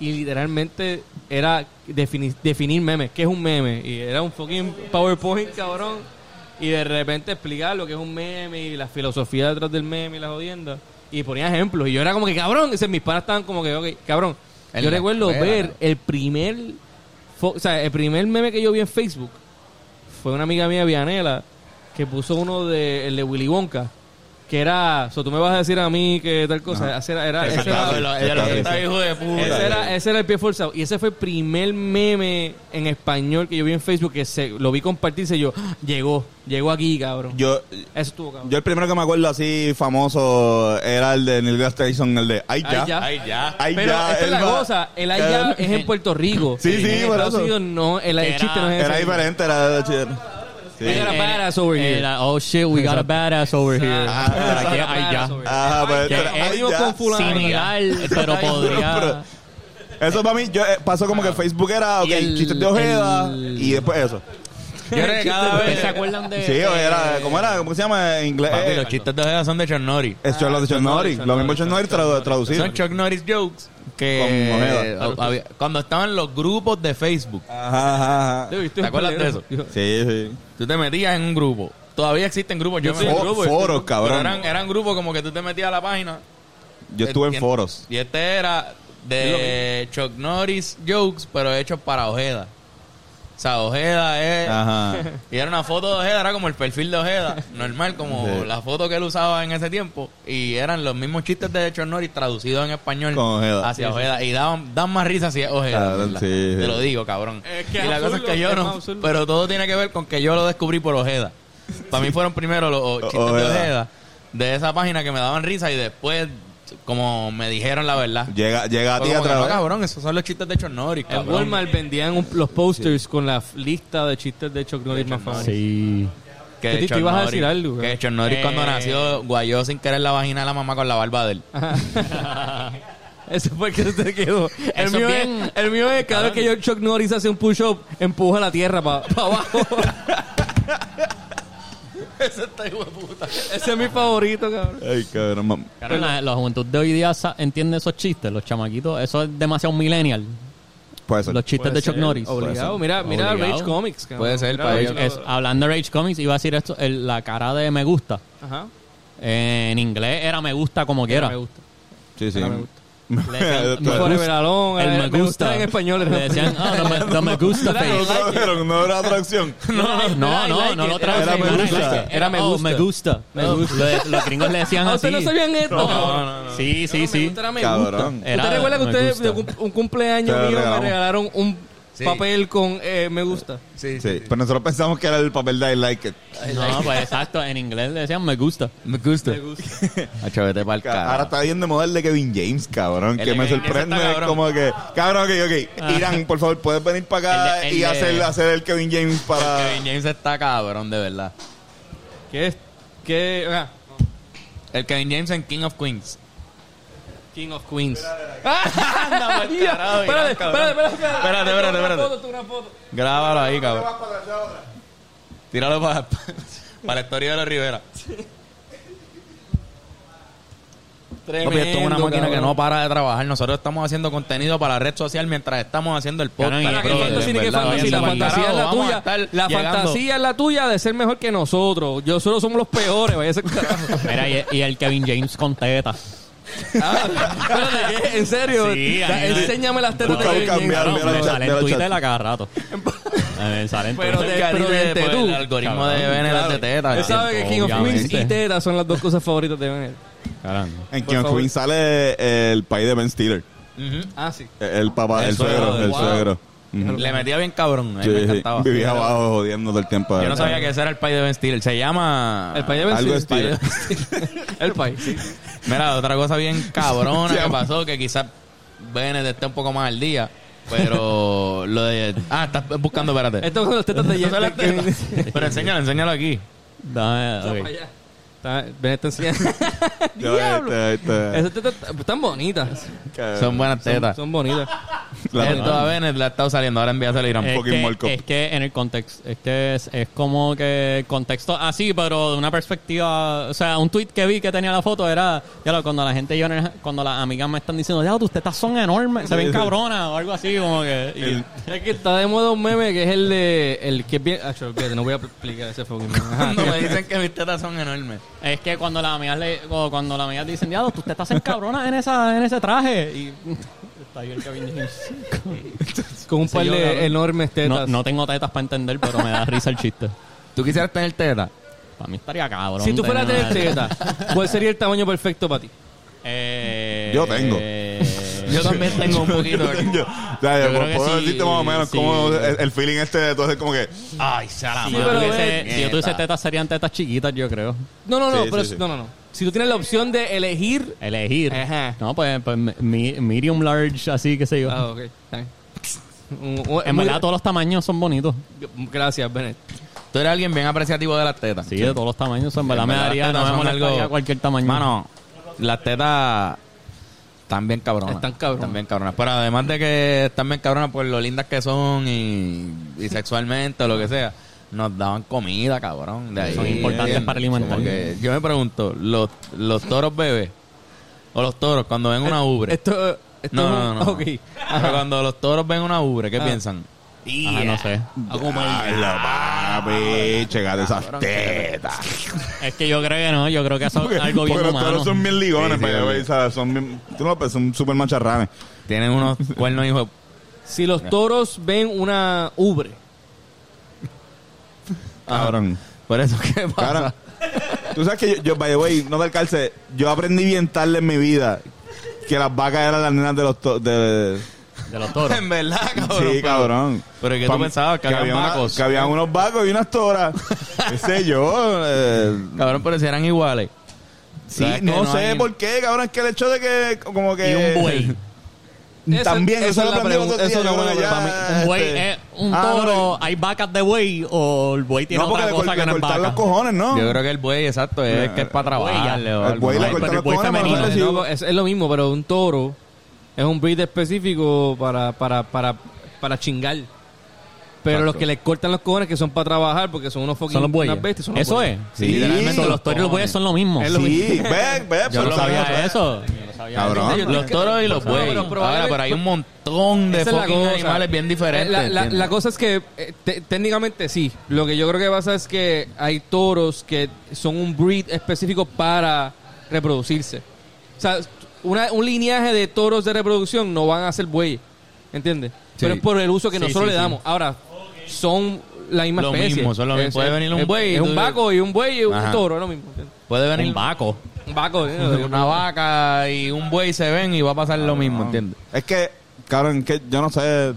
S4: y literalmente era defini- definir memes, qué es un meme. Y era un fucking PowerPoint, cabrón. Y de repente explicar lo que es un meme y la filosofía detrás del meme y las jodiendas. Y ponía ejemplos. Y yo era como que, cabrón, ese- mis panas estaban como que, ok, cabrón.
S2: En
S4: yo
S2: la
S4: recuerdo
S2: escuela,
S4: ver
S2: cabrón.
S4: el primer, fo- o sea, el primer meme que yo vi en Facebook fue una amiga mía, Vianela, que puso uno de, el de Willy Wonka, que era, o sea, tú me vas a decir a mí que tal cosa, ese era, era- ese era-
S2: Exacto, ella lo que está hijo de puta.
S4: ese era, ese era el pie forzado. Y ese fue el primer meme en español que yo vi en Facebook, que se, lo vi compartirse y yo, ¡ah! llegó, llegó aquí, cabrón.
S1: Yo,
S4: Eso estuvo, cabrón.
S1: yo el primero que me acuerdo así famoso era el de Neil deGrasse Tyson, el de Ay
S4: Ay,
S1: ya.
S4: ya.
S2: Ay, ya.
S1: Ay,
S4: Pero
S1: ya,
S4: esa es
S1: él
S4: la
S1: va-
S4: cosa, el allá
S1: Eh,
S4: es en Puerto Rico.
S1: Sí, sí,
S4: en
S1: por
S4: Estados
S1: eso.
S4: Unidos no, el, el
S3: Era-
S4: chiste no es
S1: Era
S4: ese.
S1: diferente, era... chido. Sí.
S4: Era badass over here.
S3: Era, oh shit, we got a badass over here.
S1: Ah,
S3: Pero aquí
S4: Era
S3: hay ya.
S4: badass over here.
S1: Ajá, pues,
S4: Ay,
S1: pero
S4: ya.
S1: era-
S4: Ahora
S1: ay,
S4: mismo
S1: ya.
S4: con fulano.
S3: Similar, pero podría...
S1: Eso para mí, yo, eh, pasó como que Facebook era, ok,
S3: Y el-
S1: chistes de Ojeda
S3: el-
S1: y después eso.
S2: Yo creo que cada vez...
S3: ¿Se acuerdan de...?
S1: Sí, o era, ¿cómo era? ¿Cómo se llama en inglés?
S2: Papi,
S1: Eh,
S2: los chistes de Ojeda son de Chernori.
S1: Es lo de Chuck Norris. Lo mismo Chuck Norris tradu- traducido.
S2: Son Chuck Norris jokes
S1: Con
S2: que
S1: Ojeda.
S2: eh, había- cuando estaban los grupos de Facebook.
S1: Ajá, ajá, ajá.
S4: Yo, yo estoy
S2: ¿Te acuerdas de eso?
S4: Yo-
S1: Sí, sí.
S2: Tú te metías en un grupo. Todavía existen grupos. Yo
S1: Fo-
S2: me metí en grupos.
S1: foros, cabrón.
S2: Pero eran, eran grupos como que tú te metías a la página. Eh,
S1: Yo estuve
S2: Y-
S1: en foros.
S2: Y este era de Chuck Norris jokes, pero hechos para Ojeda. O sea, Ojeda es...
S1: Ajá.
S2: Y era una foto de Ojeda, era como el perfil de Ojeda, normal, como
S1: Sí.
S2: la foto que él usaba en ese tiempo. Y eran los mismos chistes de Chuck Norris traducidos en español
S1: Con Ojeda.
S2: hacia Ojeda. Y daban, dan más risa si es Ojeda.
S1: Claro,
S2: ¿verdad?
S1: sí, sí.
S2: Te lo digo, cabrón.
S4: Es que
S2: y la cosa es
S4: absurdo,
S2: que yo
S4: es
S2: no.
S4: más absurdo.
S2: Pero todo tiene que ver con que yo lo descubrí por Ojeda. Para mí fueron primero los o- chistes de
S1: Ojeda.
S2: Ojeda de esa página que me daban risa y después, como me dijeron la verdad.
S1: Llega, llega a
S2: Fue
S1: ti a
S2: como que, no,
S1: través.
S2: cabrón, esos son los chistes de Chuck Norris,
S4: En
S2: cabrón.
S4: Walmart vendían un- los posters con la f- lista de chistes de Chuck Norris más famosos.
S3: Sí.
S4: Que te- te ibas a decir
S2: Norris-
S4: algo, güey.
S2: Que Chuck Norris
S3: Eh.
S2: cuando nació guayó sin querer la vagina de la mamá con la barba de él.
S4: Ese fue el que se quedó. El
S3: Eso
S4: mío,
S3: es bien.
S4: es, el mío es cada vez que yo Chuck Norris hace un push-up, empuja la tierra para
S3: (laughs)
S4: abajo.
S2: Ese está hijo de puta.
S4: Ese es mi favorito, cabrón.
S1: Ay, cabrón. mam-
S3: Claro, la, la juventud de hoy día sa- entiende esos chistes, los chamaquitos. Eso es demasiado millennial.
S1: Puede ser.
S3: Los chistes de Chuck Norris.
S4: Obligado. Mira, mira
S3: Obligado.
S4: Rage Comics, cabrón.
S2: Puede ser,
S4: Mira
S2: para
S4: Rage
S2: ellos.
S3: Es-
S4: Comics.
S3: hablando de Rage Comics, iba a decir esto, el- la cara de me gusta.
S4: Ajá.
S3: En inglés era me gusta como quiera.
S4: Me gusta.
S1: Sí, sí.
S4: Ahora me
S1: (laughs)
S4: gusta.
S3: Le decían,
S1: Claro.
S4: Forever Alone,
S3: el
S4: eh,
S3: me gusta.
S4: en español.
S3: Le decían, ah, the me- the me gusta
S1: No
S3: face.
S1: trajeron, no era atracción.
S2: (laughs)
S3: No, no,
S4: I like
S3: no,
S4: it.
S3: no lo
S1: Era
S3: traducen.
S1: me
S3: no,
S1: gusta.
S3: like it.
S4: Era me
S3: oh,
S4: gusta.
S3: me gusta.
S4: Me gusta.
S3: Lo- Los gringos le decían
S4: Ah,
S3: así.
S4: ¿Ustedes no sabían esto?
S3: Sí, sí, sí.
S1: Cabrón.
S3: Era-
S4: ¿Usted recuerda que
S3: me
S4: ustedes,
S3: gusta.
S4: de cum- un cumpleaños
S1: Te lo
S4: mío, me
S1: regalamos.
S4: regalaron un
S2: Sí.
S4: papel con eh, me gusta?
S2: Sí,
S1: Sí, pero nosotros pensamos que era el papel de I like it.
S3: No, pues exacto. En inglés le decían me gusta.
S2: Me gusta. Ah,
S4: Me gusta.
S2: Achavete para el
S1: Ahora
S2: carajo.
S1: está bien de modelo de Kevin James, cabrón.
S2: El
S1: Que
S2: de
S1: me
S2: Kevin James
S1: sorprende.
S2: está cabrón. Ah.
S1: Como que, cabrón, ok, ok. Irán, por favor, puedes venir para
S3: El
S1: acá
S3: de- el
S1: y
S3: de-
S1: hacer, hacer el Kevin James para.
S2: Kevin James está cabrón, de verdad.
S4: ¿Qué es? ¿Qué? Ah,
S2: El Kevin James en King of Queens.
S4: King of Queens. (laughs)
S2: Anda pa'l
S4: Ya,
S2: carajo,
S4: espérate,
S2: Irán, cabrón.
S4: espérate, espérate, espérate.
S2: Espérate, espérate,
S4: Una
S2: espérate.
S4: foto, una foto.
S2: Grábalo ahí, cabrón. Tíralo (laughs) para para la historia de los Rivera. Papi, esto es una máquina que no para de trabajar. Nosotros estamos haciendo contenido para la red social mientras estamos haciendo el podcast.
S4: Para que
S2: brother,
S4: fantasía,
S2: en
S4: que
S2: verdad. Vamos al
S4: fantasía, La fantasía es la
S2: carajo,
S4: tuya.
S2: vamos a estar
S4: La
S2: llegando.
S4: fantasía es la tuya de ser mejor que nosotros. Yo solo somos los peores. Vaya a ser carajo.
S2: (laughs)
S3: Mira, y, y el Kevin James con tetas.
S4: Ah, espérate, ¿qué? ¿En serio?
S3: Sí,
S4: O sea,
S3: ahí-
S4: enséñame las tetas
S1: Busca
S4: de
S1: un cambio.
S4: Kevin.
S1: Mira,
S3: Claro,
S1: mira el
S3: me
S1: chat,
S3: sale
S1: mira
S3: en
S1: el
S3: Twitter
S1: chat.
S3: a
S1: (laughs)
S3: cada rato. Me sale en
S4: Pero
S3: Twitter.
S4: de-
S2: El Caribe,
S4: pero de
S2: pues,
S4: Tetú.
S2: El algoritmo de Venera de teta.
S4: Él sabe que King of Queens
S3: Obviamente.
S4: y tetas son las dos cosas favoritas de Venera.
S3: Caramba.
S1: En
S4: Por
S1: King of
S4: favor.
S1: Queens sale el país de Ben Stiller.
S2: Ujú.
S4: Ah, sí.
S1: El papá,
S2: El
S1: el,
S2: suegro,
S1: suegro, el
S2: wow.
S1: suegro. Ujú.
S2: Le metía bien cabrón. a mí
S1: Sí,
S2: me
S1: sí.
S2: encantaba.
S1: Vivía abajo jodiendo del tiempo.
S2: Yo no sabía que ese era el país de Ben Stiller. Se llama...
S4: El país de Ben
S1: Algo de
S4: Stiller.
S1: Stiller.
S2: (laughs)
S4: El país, sí.
S2: Mira, otra cosa bien
S1: (laughs)
S2: cabrona que pasó, que quizás Bennett esté un poco más al día,
S1: (laughs)
S2: pero lo de... Ah, estás buscando, espérate.
S4: Estas son las tetas de
S2: No son
S4: Jen-
S2: las tetas. Pero enséñalo, enséñalo aquí.
S3: Dame, ok.
S4: Está- Ven, está enseñando.
S2: (laughs)
S1: Yo, este, este,
S4: Esas tetas t- están bonitas.
S1: que-
S2: Son buenas
S4: Son-
S2: tetas.
S4: Son bonitas.
S1: este, la-
S2: Esto a Bennett le ha estado saliendo, ahora envíaselo a Irán.
S1: Eh, fucking
S3: Es
S1: Molcov.
S3: que, es que en el contexto, es que es, es como que el contexto así, pero de una perspectiva, o sea, un tweet que vi que tenía la foto era, ya lo, cuando la gente y yo, en el- cuando las amigas me están diciendo, ya, tus tetas son enormes, se ven
S1: Sí, sí.
S3: cabronas o algo así, como que... y-
S1: El-
S4: Es que está de moda un meme que es el de. El que es bien. Ah, chau, olvídate, no voy a explicar ese fucking meme. Ajá.
S2: (laughs) Cuando me dicen que mis tetas son enormes.
S3: es que cuando las amigas le, o cuando las amigas dicen, ya, tus tetas son cabronas en, esa, en ese traje, y... (laughs) Está bien, Kevin James.
S4: Con un par
S3: Sí, yo, cabrón.
S4: de enormes
S3: No,
S4: tetas.
S3: no tengo tetas para entender, pero me da risa el chiste.
S2: ¿Tú quisieras tener tetas?
S3: Para mí estaría cabrón.
S4: Si tú fueras a tener
S3: una-
S4: tetas, ¿cuál sería el tamaño perfecto para ti?
S3: Eh,
S1: Yo tengo.
S3: eh,
S2: Yo también tengo
S1: (laughs)
S2: un
S3: (laughs)
S2: poquito.
S1: Yo, o sea,
S3: Yo
S1: yo
S3: creo que
S1: puedo
S3: sí,
S1: decirte más o menos cómo
S3: sí.
S1: el, el feeling este de todo es como que
S2: Ay, se la
S3: Si
S4: Sí,
S3: yo
S4: pero
S3: tuviese-
S4: ven.
S3: si yo tuviese
S2: Nieta.
S3: tetas, serían tetas chiquitas, yo creo.
S4: No, no, no,
S1: Sí,
S4: pero
S1: sí, sí.
S4: no, no, no. Si tú tienes la opción de elegir.
S3: Elegir.
S4: Ajá.
S3: No, pues, pues mi- medium, large, así, qué sé yo.
S4: Ah, ok. está bien. Un- un-
S3: en
S4: muy-
S3: verdad, todos los tamaños son bonitos.
S4: Gracias, Bennett.
S2: Tú eres alguien bien apreciativo de las tetas.
S3: Sí, de todos los tamaños. En verdad,
S2: En
S3: me
S2: verdad,
S3: daría,
S2: las
S3: no
S2: tetas
S3: me
S2: son
S3: molestaría
S2: algo-
S3: cualquier tamaño.
S2: Mano, las tetas están bien cabronas.
S4: Están cabronas.
S2: Están bien cabronas. Pero además de que están bien cabronas por lo lindas que son y, y sexualmente o lo que sea, nos daban comida, cabrón. De ahí,
S3: Son importantes
S2: ¿entiendes?
S3: para alimentar.
S2: Como que yo me pregunto, ¿los, los toros bebés o los toros cuando ven una ubre?
S4: Esto.
S2: no,
S4: esto este, es
S2: no,
S4: un-
S2: no. no.
S4: (laughs) Ok.
S2: Pero cuando los toros ven una ubre, ¿qué
S4: Ah.
S2: piensan?
S3: Ajá, no sé.
S1: ¡Ay, la papi! Checate esas tetas.
S3: Es que yo creo que no. Yo creo que eso es algo
S1: (laughs)
S3: bien
S1: Porque los
S3: humano.
S1: toros son bien ligones,
S2: Sí, sí,
S1: pero,
S2: obvio.
S1: o sea, son bien, tú no, pues, son súper macharranes.
S2: Tienen unos cuernos hijos.
S4: Si los toros ven una ubre.
S1: Cabrón.
S2: Por eso, ¿qué pasa? (laughs)
S1: Cara, tú sabes que yo, yo, by the way, no del calce, yo aprendí bien tarde en mi vida que las vacas eran las nenas de los to- de,
S3: De
S1: (laughs)
S3: los toros.
S2: (laughs) En verdad, cabrón.
S1: Sí,
S2: pero-
S1: cabrón.
S2: Pero que
S1: Pa-
S2: tú pensabas que, había
S1: una-
S2: macos.
S1: que había unos vacos y unas toras. ¿Qué sé yo? eh,
S2: Cabrón, pero si eran iguales.
S1: sí,
S2: Sabes que
S1: no,
S2: no
S1: sé
S2: hay-
S1: por qué, cabrón. Es que el hecho de que, como que.
S3: Y un buey.
S1: También,
S4: Esa-
S1: eso
S4: esa
S1: lo
S4: es la
S1: aprendí
S4: pregunta-
S1: otro día.
S4: esa es una
S1: yo
S4: buena
S1: creo que ya,
S4: pregunta. Para mí,
S3: Un buey
S1: este,
S3: es un
S1: ah, no,
S3: toro. ¿Hay vacas de buey o el buey tiene
S1: No, porque
S3: otra
S1: le,
S3: cosa
S1: cort-
S3: que
S1: le
S3: no es
S1: cortaron
S3: vaca?
S1: los cojones, ¿no?
S2: Yo creo que el buey, exacto, es
S1: Eh,
S2: que es para
S3: buey, ya.
S2: trabajarle o
S1: El
S2: algo.
S1: buey le
S2: Ay,
S1: cortaron
S2: pero-
S3: el
S1: los
S3: buey
S1: cojones. para
S3: femenino,
S1: nosotros sí.
S4: No, no, es, es lo mismo, pero un toro es un breed específico para, para, para, para chingar. Pero
S2: Exacto.
S4: los que le cortan los cojones que son para trabajar porque son unos fucking
S3: Son los bueyes.
S4: unas bestias, son los
S3: Eso
S4: bueyes.
S3: es.
S1: Sí,
S3: Literalmente,
S1: son
S3: los toros y los bueyes son lo mismo.
S1: Sí, ve, ve,
S2: Yo
S1: pero
S2: lo
S1: sabes-
S2: sabía.
S3: eso.
S1: Cabrón.
S4: Yo-
S2: Los toros y los
S4: No, pero
S2: bueyes.
S4: probable-
S2: Ahora, pero hay un montón de
S4: Esa es la
S2: fucking
S4: cosa.
S2: animales bien diferentes.
S4: Eh, La, la-
S2: ¿entiendes?
S4: la cosa es que eh, te- técnicamente sí. Lo que yo creo que pasa es que hay toros que son un breed específico para reproducirse. O sea, una- un lineaje de toros de reproducción no van a ser bueyes. ¿Entiendes? Pero es por el uso que
S3: Sí,
S4: nosotros
S3: sí,
S4: le
S3: sí.
S4: damos. Ahora, son la misma
S2: Lo
S4: especie.
S2: mismo, son lo mismo.
S4: Es-
S2: Puede
S4: es-
S2: venir un
S4: es-
S2: buey y
S4: Es
S2: tú-
S4: un vaco y un buey y un
S2: Ajá.
S4: toro, es lo mismo. ¿entiendes?
S2: Puede venir
S3: Un vaco.
S2: (laughs)
S4: Un vaco. ¿eh?
S2: Una vaca y un buey se ven y va a pasar lo mismo, ¿entiendes?
S1: Es que, cabrón, que yo no sé.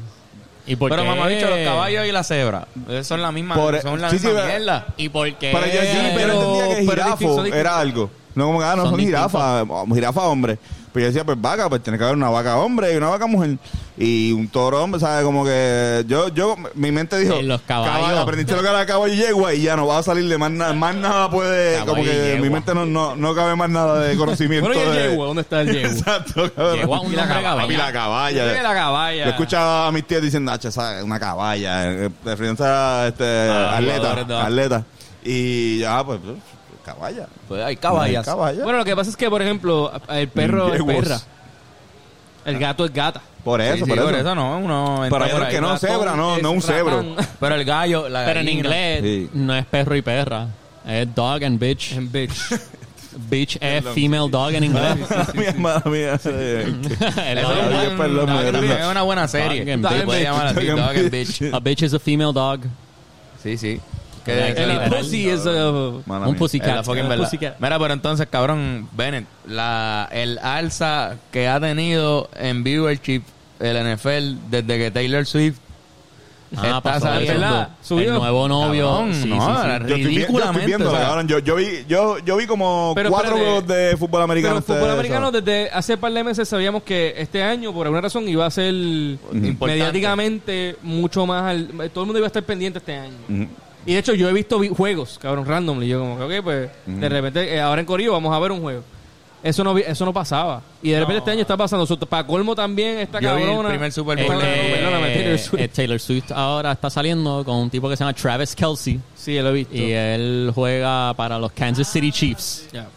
S3: ¿Y por
S2: Pero
S3: qué?
S2: mamá bicho, los caballos y la cebra eh, son la misma,
S1: Por-
S2: son la
S1: sí,
S2: misma
S1: sí, ve-
S2: mierda.
S3: ¿Y por qué?
S1: Pero yo, yo no
S4: pero-
S1: entendía que
S4: pero distinto,
S1: jirafo
S4: son distintos.
S1: era algo. No como que, ah, no
S3: Son
S1: son, jirafas, o- jirafa hombre. Pues yo decía, pues vaca, pues tiene que haber una vaca hombre y una vaca mujer. Y un toro hombre, ¿sabes? Como que yo, yo, mi mente dijo,
S3: En los caballos.
S1: caballo, aprendiste lo que era caballo y yegua y ya no va a salir de más nada, más nada puede,
S3: Caballo
S1: como
S3: y
S1: que
S3: yegua.
S1: mi mente no, no, no cabe más nada
S3: (laughs)
S1: de conocimiento.
S4: Bueno, y el
S1: de-
S4: yegua, ¿dónde
S2: (laughs)
S4: está el
S1: (laughs)
S4: yegua?
S1: Exacto, cabrón.
S3: Yegua, un
S1: Y la
S3: hombre
S1: caballa.
S3: caballa.
S1: Y la caballa.
S4: Tiene la caballa.
S1: Yo escuchaba a mis tías diciendo, "Nacho, esa es una eh, caballa, eh, referencia este, atleta,
S2: jugadores de-
S1: atleta. Y ya, pues, caballa.
S2: Pues hay
S1: Caballa.
S2: caballas.
S1: caballa.
S4: Bueno, lo que pasa es que, por ejemplo, el perro
S1: (laughs)
S4: es
S1: Yeguas.
S4: perra. El gato es gata.
S1: Por
S2: Sí,
S1: eso,
S2: sí,
S1: por eso.
S2: por eso no, uno entra
S1: Pero hay
S2: por
S1: otros
S2: ahí.
S1: que no, cebra, no, no un cebro.
S2: Pero el gallo, la
S3: Pero en
S2: gallina.
S3: inglés
S1: Sí.
S3: no es perro y perra. Es dog and bitch.
S4: En bitch.
S3: Bitch es female dog en
S1: (laughs)
S3: inglés.
S1: Mía, madre mía.
S3: (laughs) El
S2: Es
S3: dog-
S1: Ay, perdón,
S2: un- Dog and
S1: perdón.
S2: Bitch Es una buena serie.
S3: Dog and
S2: Se
S3: Bitch.
S2: puede llamar así,
S1: Dog and
S2: Dog and
S1: Bitch.
S2: Bitch.
S3: a bitch is a female dog.
S2: Sí, sí. Que
S3: Hay que
S2: que-
S3: liberar.
S4: El pussy es... uh,
S1: Mala
S3: un
S1: mía.
S2: Es
S3: pussycat.
S2: la fucking
S3: Un
S2: verdad.
S3: pussycat.
S2: Mira, pero entonces, cabrón, Bennett, la, el alza que ha tenido en viewership el NFL desde que Taylor Swift
S3: Ah,
S1: pues,
S3: pasó
S2: saliendo.
S3: eso.
S4: ¿verdad?
S3: El
S4: Subió.
S3: nuevo novio.
S2: Cabrón,
S3: Sí,
S2: no,
S3: sí, sí.
S1: Yo estoy,
S2: era
S1: vi- yo estoy
S2: ridículamente.
S1: viendo,
S2: o sea,
S1: cabrón. Yo, yo, vi, yo, yo vi como
S4: Pero
S1: cuatro
S4: espérate.
S1: juegos de fútbol
S4: Pero
S1: americano. este,
S4: el fútbol
S1: ustedes,
S4: americano
S1: ¿sabes?
S4: desde hace par de meses sabíamos que este año por alguna razón iba a ser mediáticamente mucho más al- todo el mundo iba a estar pendiente este año.
S1: Ujú.
S4: Y de hecho yo he visto vi- juegos, cabrón, randomly, yo como, que, ok, pues de repente eh, ahora en Corillo vamos a ver un juego. Eso no vi- eso no pasaba. Y de repente este año está pasando. So, para colmo también esta
S2: Yo vi el
S4: cabrona.
S2: primer Super
S3: Eh,
S2: Bowl.
S4: Perdóname,
S2: Eh,
S4: perdóname, Taylor Swift.
S3: eh, Taylor Swift ahora está saliendo con un tipo que se llama Travis Kelsey
S4: sí, lo he visto.
S3: y eh, él juega para los Kansas City Chiefs.
S4: Ya.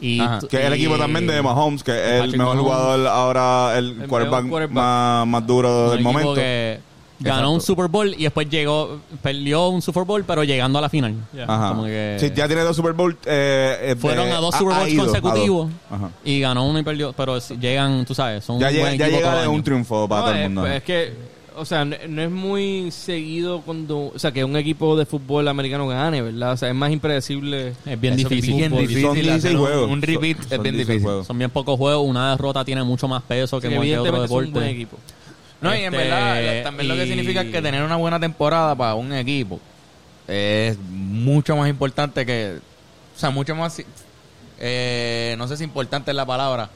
S3: Y,
S2: Ajá.
S1: Que es el
S3: y-
S1: equipo también de Mahomes, que es el
S3: Patrick
S1: mejor
S3: Mahomes.
S1: jugador ahora, el,
S4: mejor
S1: quarterback,
S4: quarterback.
S1: Más, más duro
S3: un
S1: del
S3: equipo
S1: momento.
S3: que ganó
S1: Exacto.
S3: un Super Bowl y después llegó, perdió un Super Bowl, pero llegando a la final.
S1: Ajá.
S3: Como que-
S1: Sí, ya tiene dos Super Bowl. eh, eh,
S3: Fueron
S1: de-
S3: a dos
S1: ha-
S3: Super
S1: ha
S3: Bowls
S1: ido a dos.
S3: consecutivos
S1: Ajá.
S3: y ganó uno y perdió, pero si llegan, tú sabes, son
S1: Ya,
S3: un
S1: llega,
S3: buen
S1: ya
S3: equipo
S1: llega
S3: todo
S1: de
S3: año.
S1: un triunfo para
S4: No,
S1: todo el
S4: es,
S1: mundo.
S4: pues, es que, o sea, no, no es muy seguido cuando, o sea, que un equipo de fútbol americano gane, ¿verdad? O sea, es más impredecible.
S3: Es bien
S2: eso
S3: difícil.
S2: bien
S3: Fútbol.
S2: difícil
S1: Son
S2: hacer
S1: 16
S2: un-
S1: juegos.
S2: un repeat
S1: Son-
S2: es
S1: son
S2: bien
S1: 16
S2: difícil.
S1: juegos.
S3: Son bien pocos juegos, una derrota tiene mucho más peso que
S4: que
S3: cualquier otro
S4: evidentemente es un buen
S3: deporte.
S4: equipo.
S2: No, y en
S3: Este,
S2: verdad, eh, también lo que
S3: y-
S2: significa es que tener una buena temporada para un equipo es mucho más importante que. O sea, mucho más. eh, no sé si importante es la palabra.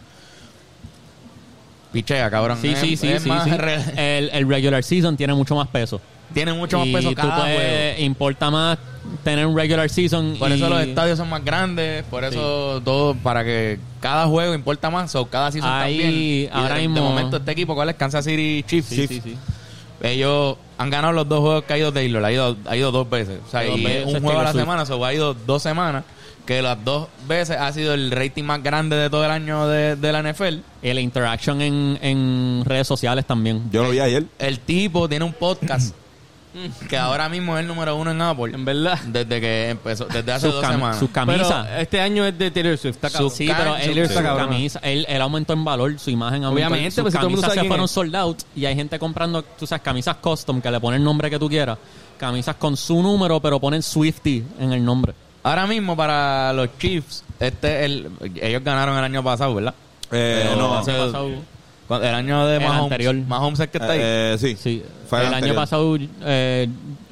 S2: Pichea, cabrón.
S3: Sí,
S2: Es-
S3: sí, sí,
S2: es
S3: sí,
S2: más (laughs)
S3: sí.
S2: re-
S3: El, el regular season tiene mucho más peso.
S2: tiene mucho más
S3: Y
S2: peso
S3: tú
S2: cada
S3: puedes-
S2: juego.
S3: Importa más tener un regular season.
S2: Por
S3: y-
S2: eso los estadios son más grandes, por eso todo, para que cada juego importa más, o cada season
S3: Ahí,
S2: también. Y de-
S3: ahora
S2: de,
S3: mismo-
S2: momento este equipo, ¿cuál es? Kansas City Chiefs.
S3: Sí, sí, sí.
S2: Ellos han ganado los dos juegos que ha ido Taylor. Ha ido, ha ido dos veces. O sea,
S3: Dos
S2: y
S3: veces
S2: un juego
S3: Taylor
S2: a la
S3: Swift.
S2: semana. O sea, ha ido dos semanas. Que las dos veces ha sido el rating más grande de todo el año de, de la NFL.
S3: Y la interacción en, en redes sociales también.
S1: Yo lo vi ayer.
S2: El tipo tiene un
S3: (laughs)
S2: podcast que ahora mismo es el número uno en Apple.
S4: En verdad.
S2: Desde que empezó, desde hace
S3: Sus
S2: dos
S3: cam-
S2: semanas.
S3: sus camisas.
S4: Pero este año es de Taylor Swift. Está cabrón.
S3: sí,
S2: can-
S3: pero
S2: su-
S3: él,
S4: sí.
S3: su camisa, él, él aumentó en valor, su imagen aumentó.
S4: Obviamente,
S3: sus
S4: pues si todo el mundo
S3: camisas
S4: sabe
S3: se
S4: quién
S3: fueron
S4: es.
S3: sold out y hay gente comprando, tú sabes, camisas custom que le ponen el nombre que tú quieras. Camisas con su número, pero ponen Swifty en el nombre.
S2: Ahora mismo para los Chiefs, este el, ellos ganaron el año pasado, ¿verdad?
S1: Eh,
S2: Pero
S1: no.
S2: hace-
S3: El año pasado.
S2: cuando- el año de
S3: El
S2: Mahomes.
S3: anterior.
S2: Mahomes es que está ahí.
S1: Eh, sí.
S3: Sí.
S1: Fue
S3: el
S1: anterior.
S3: año pasado eh,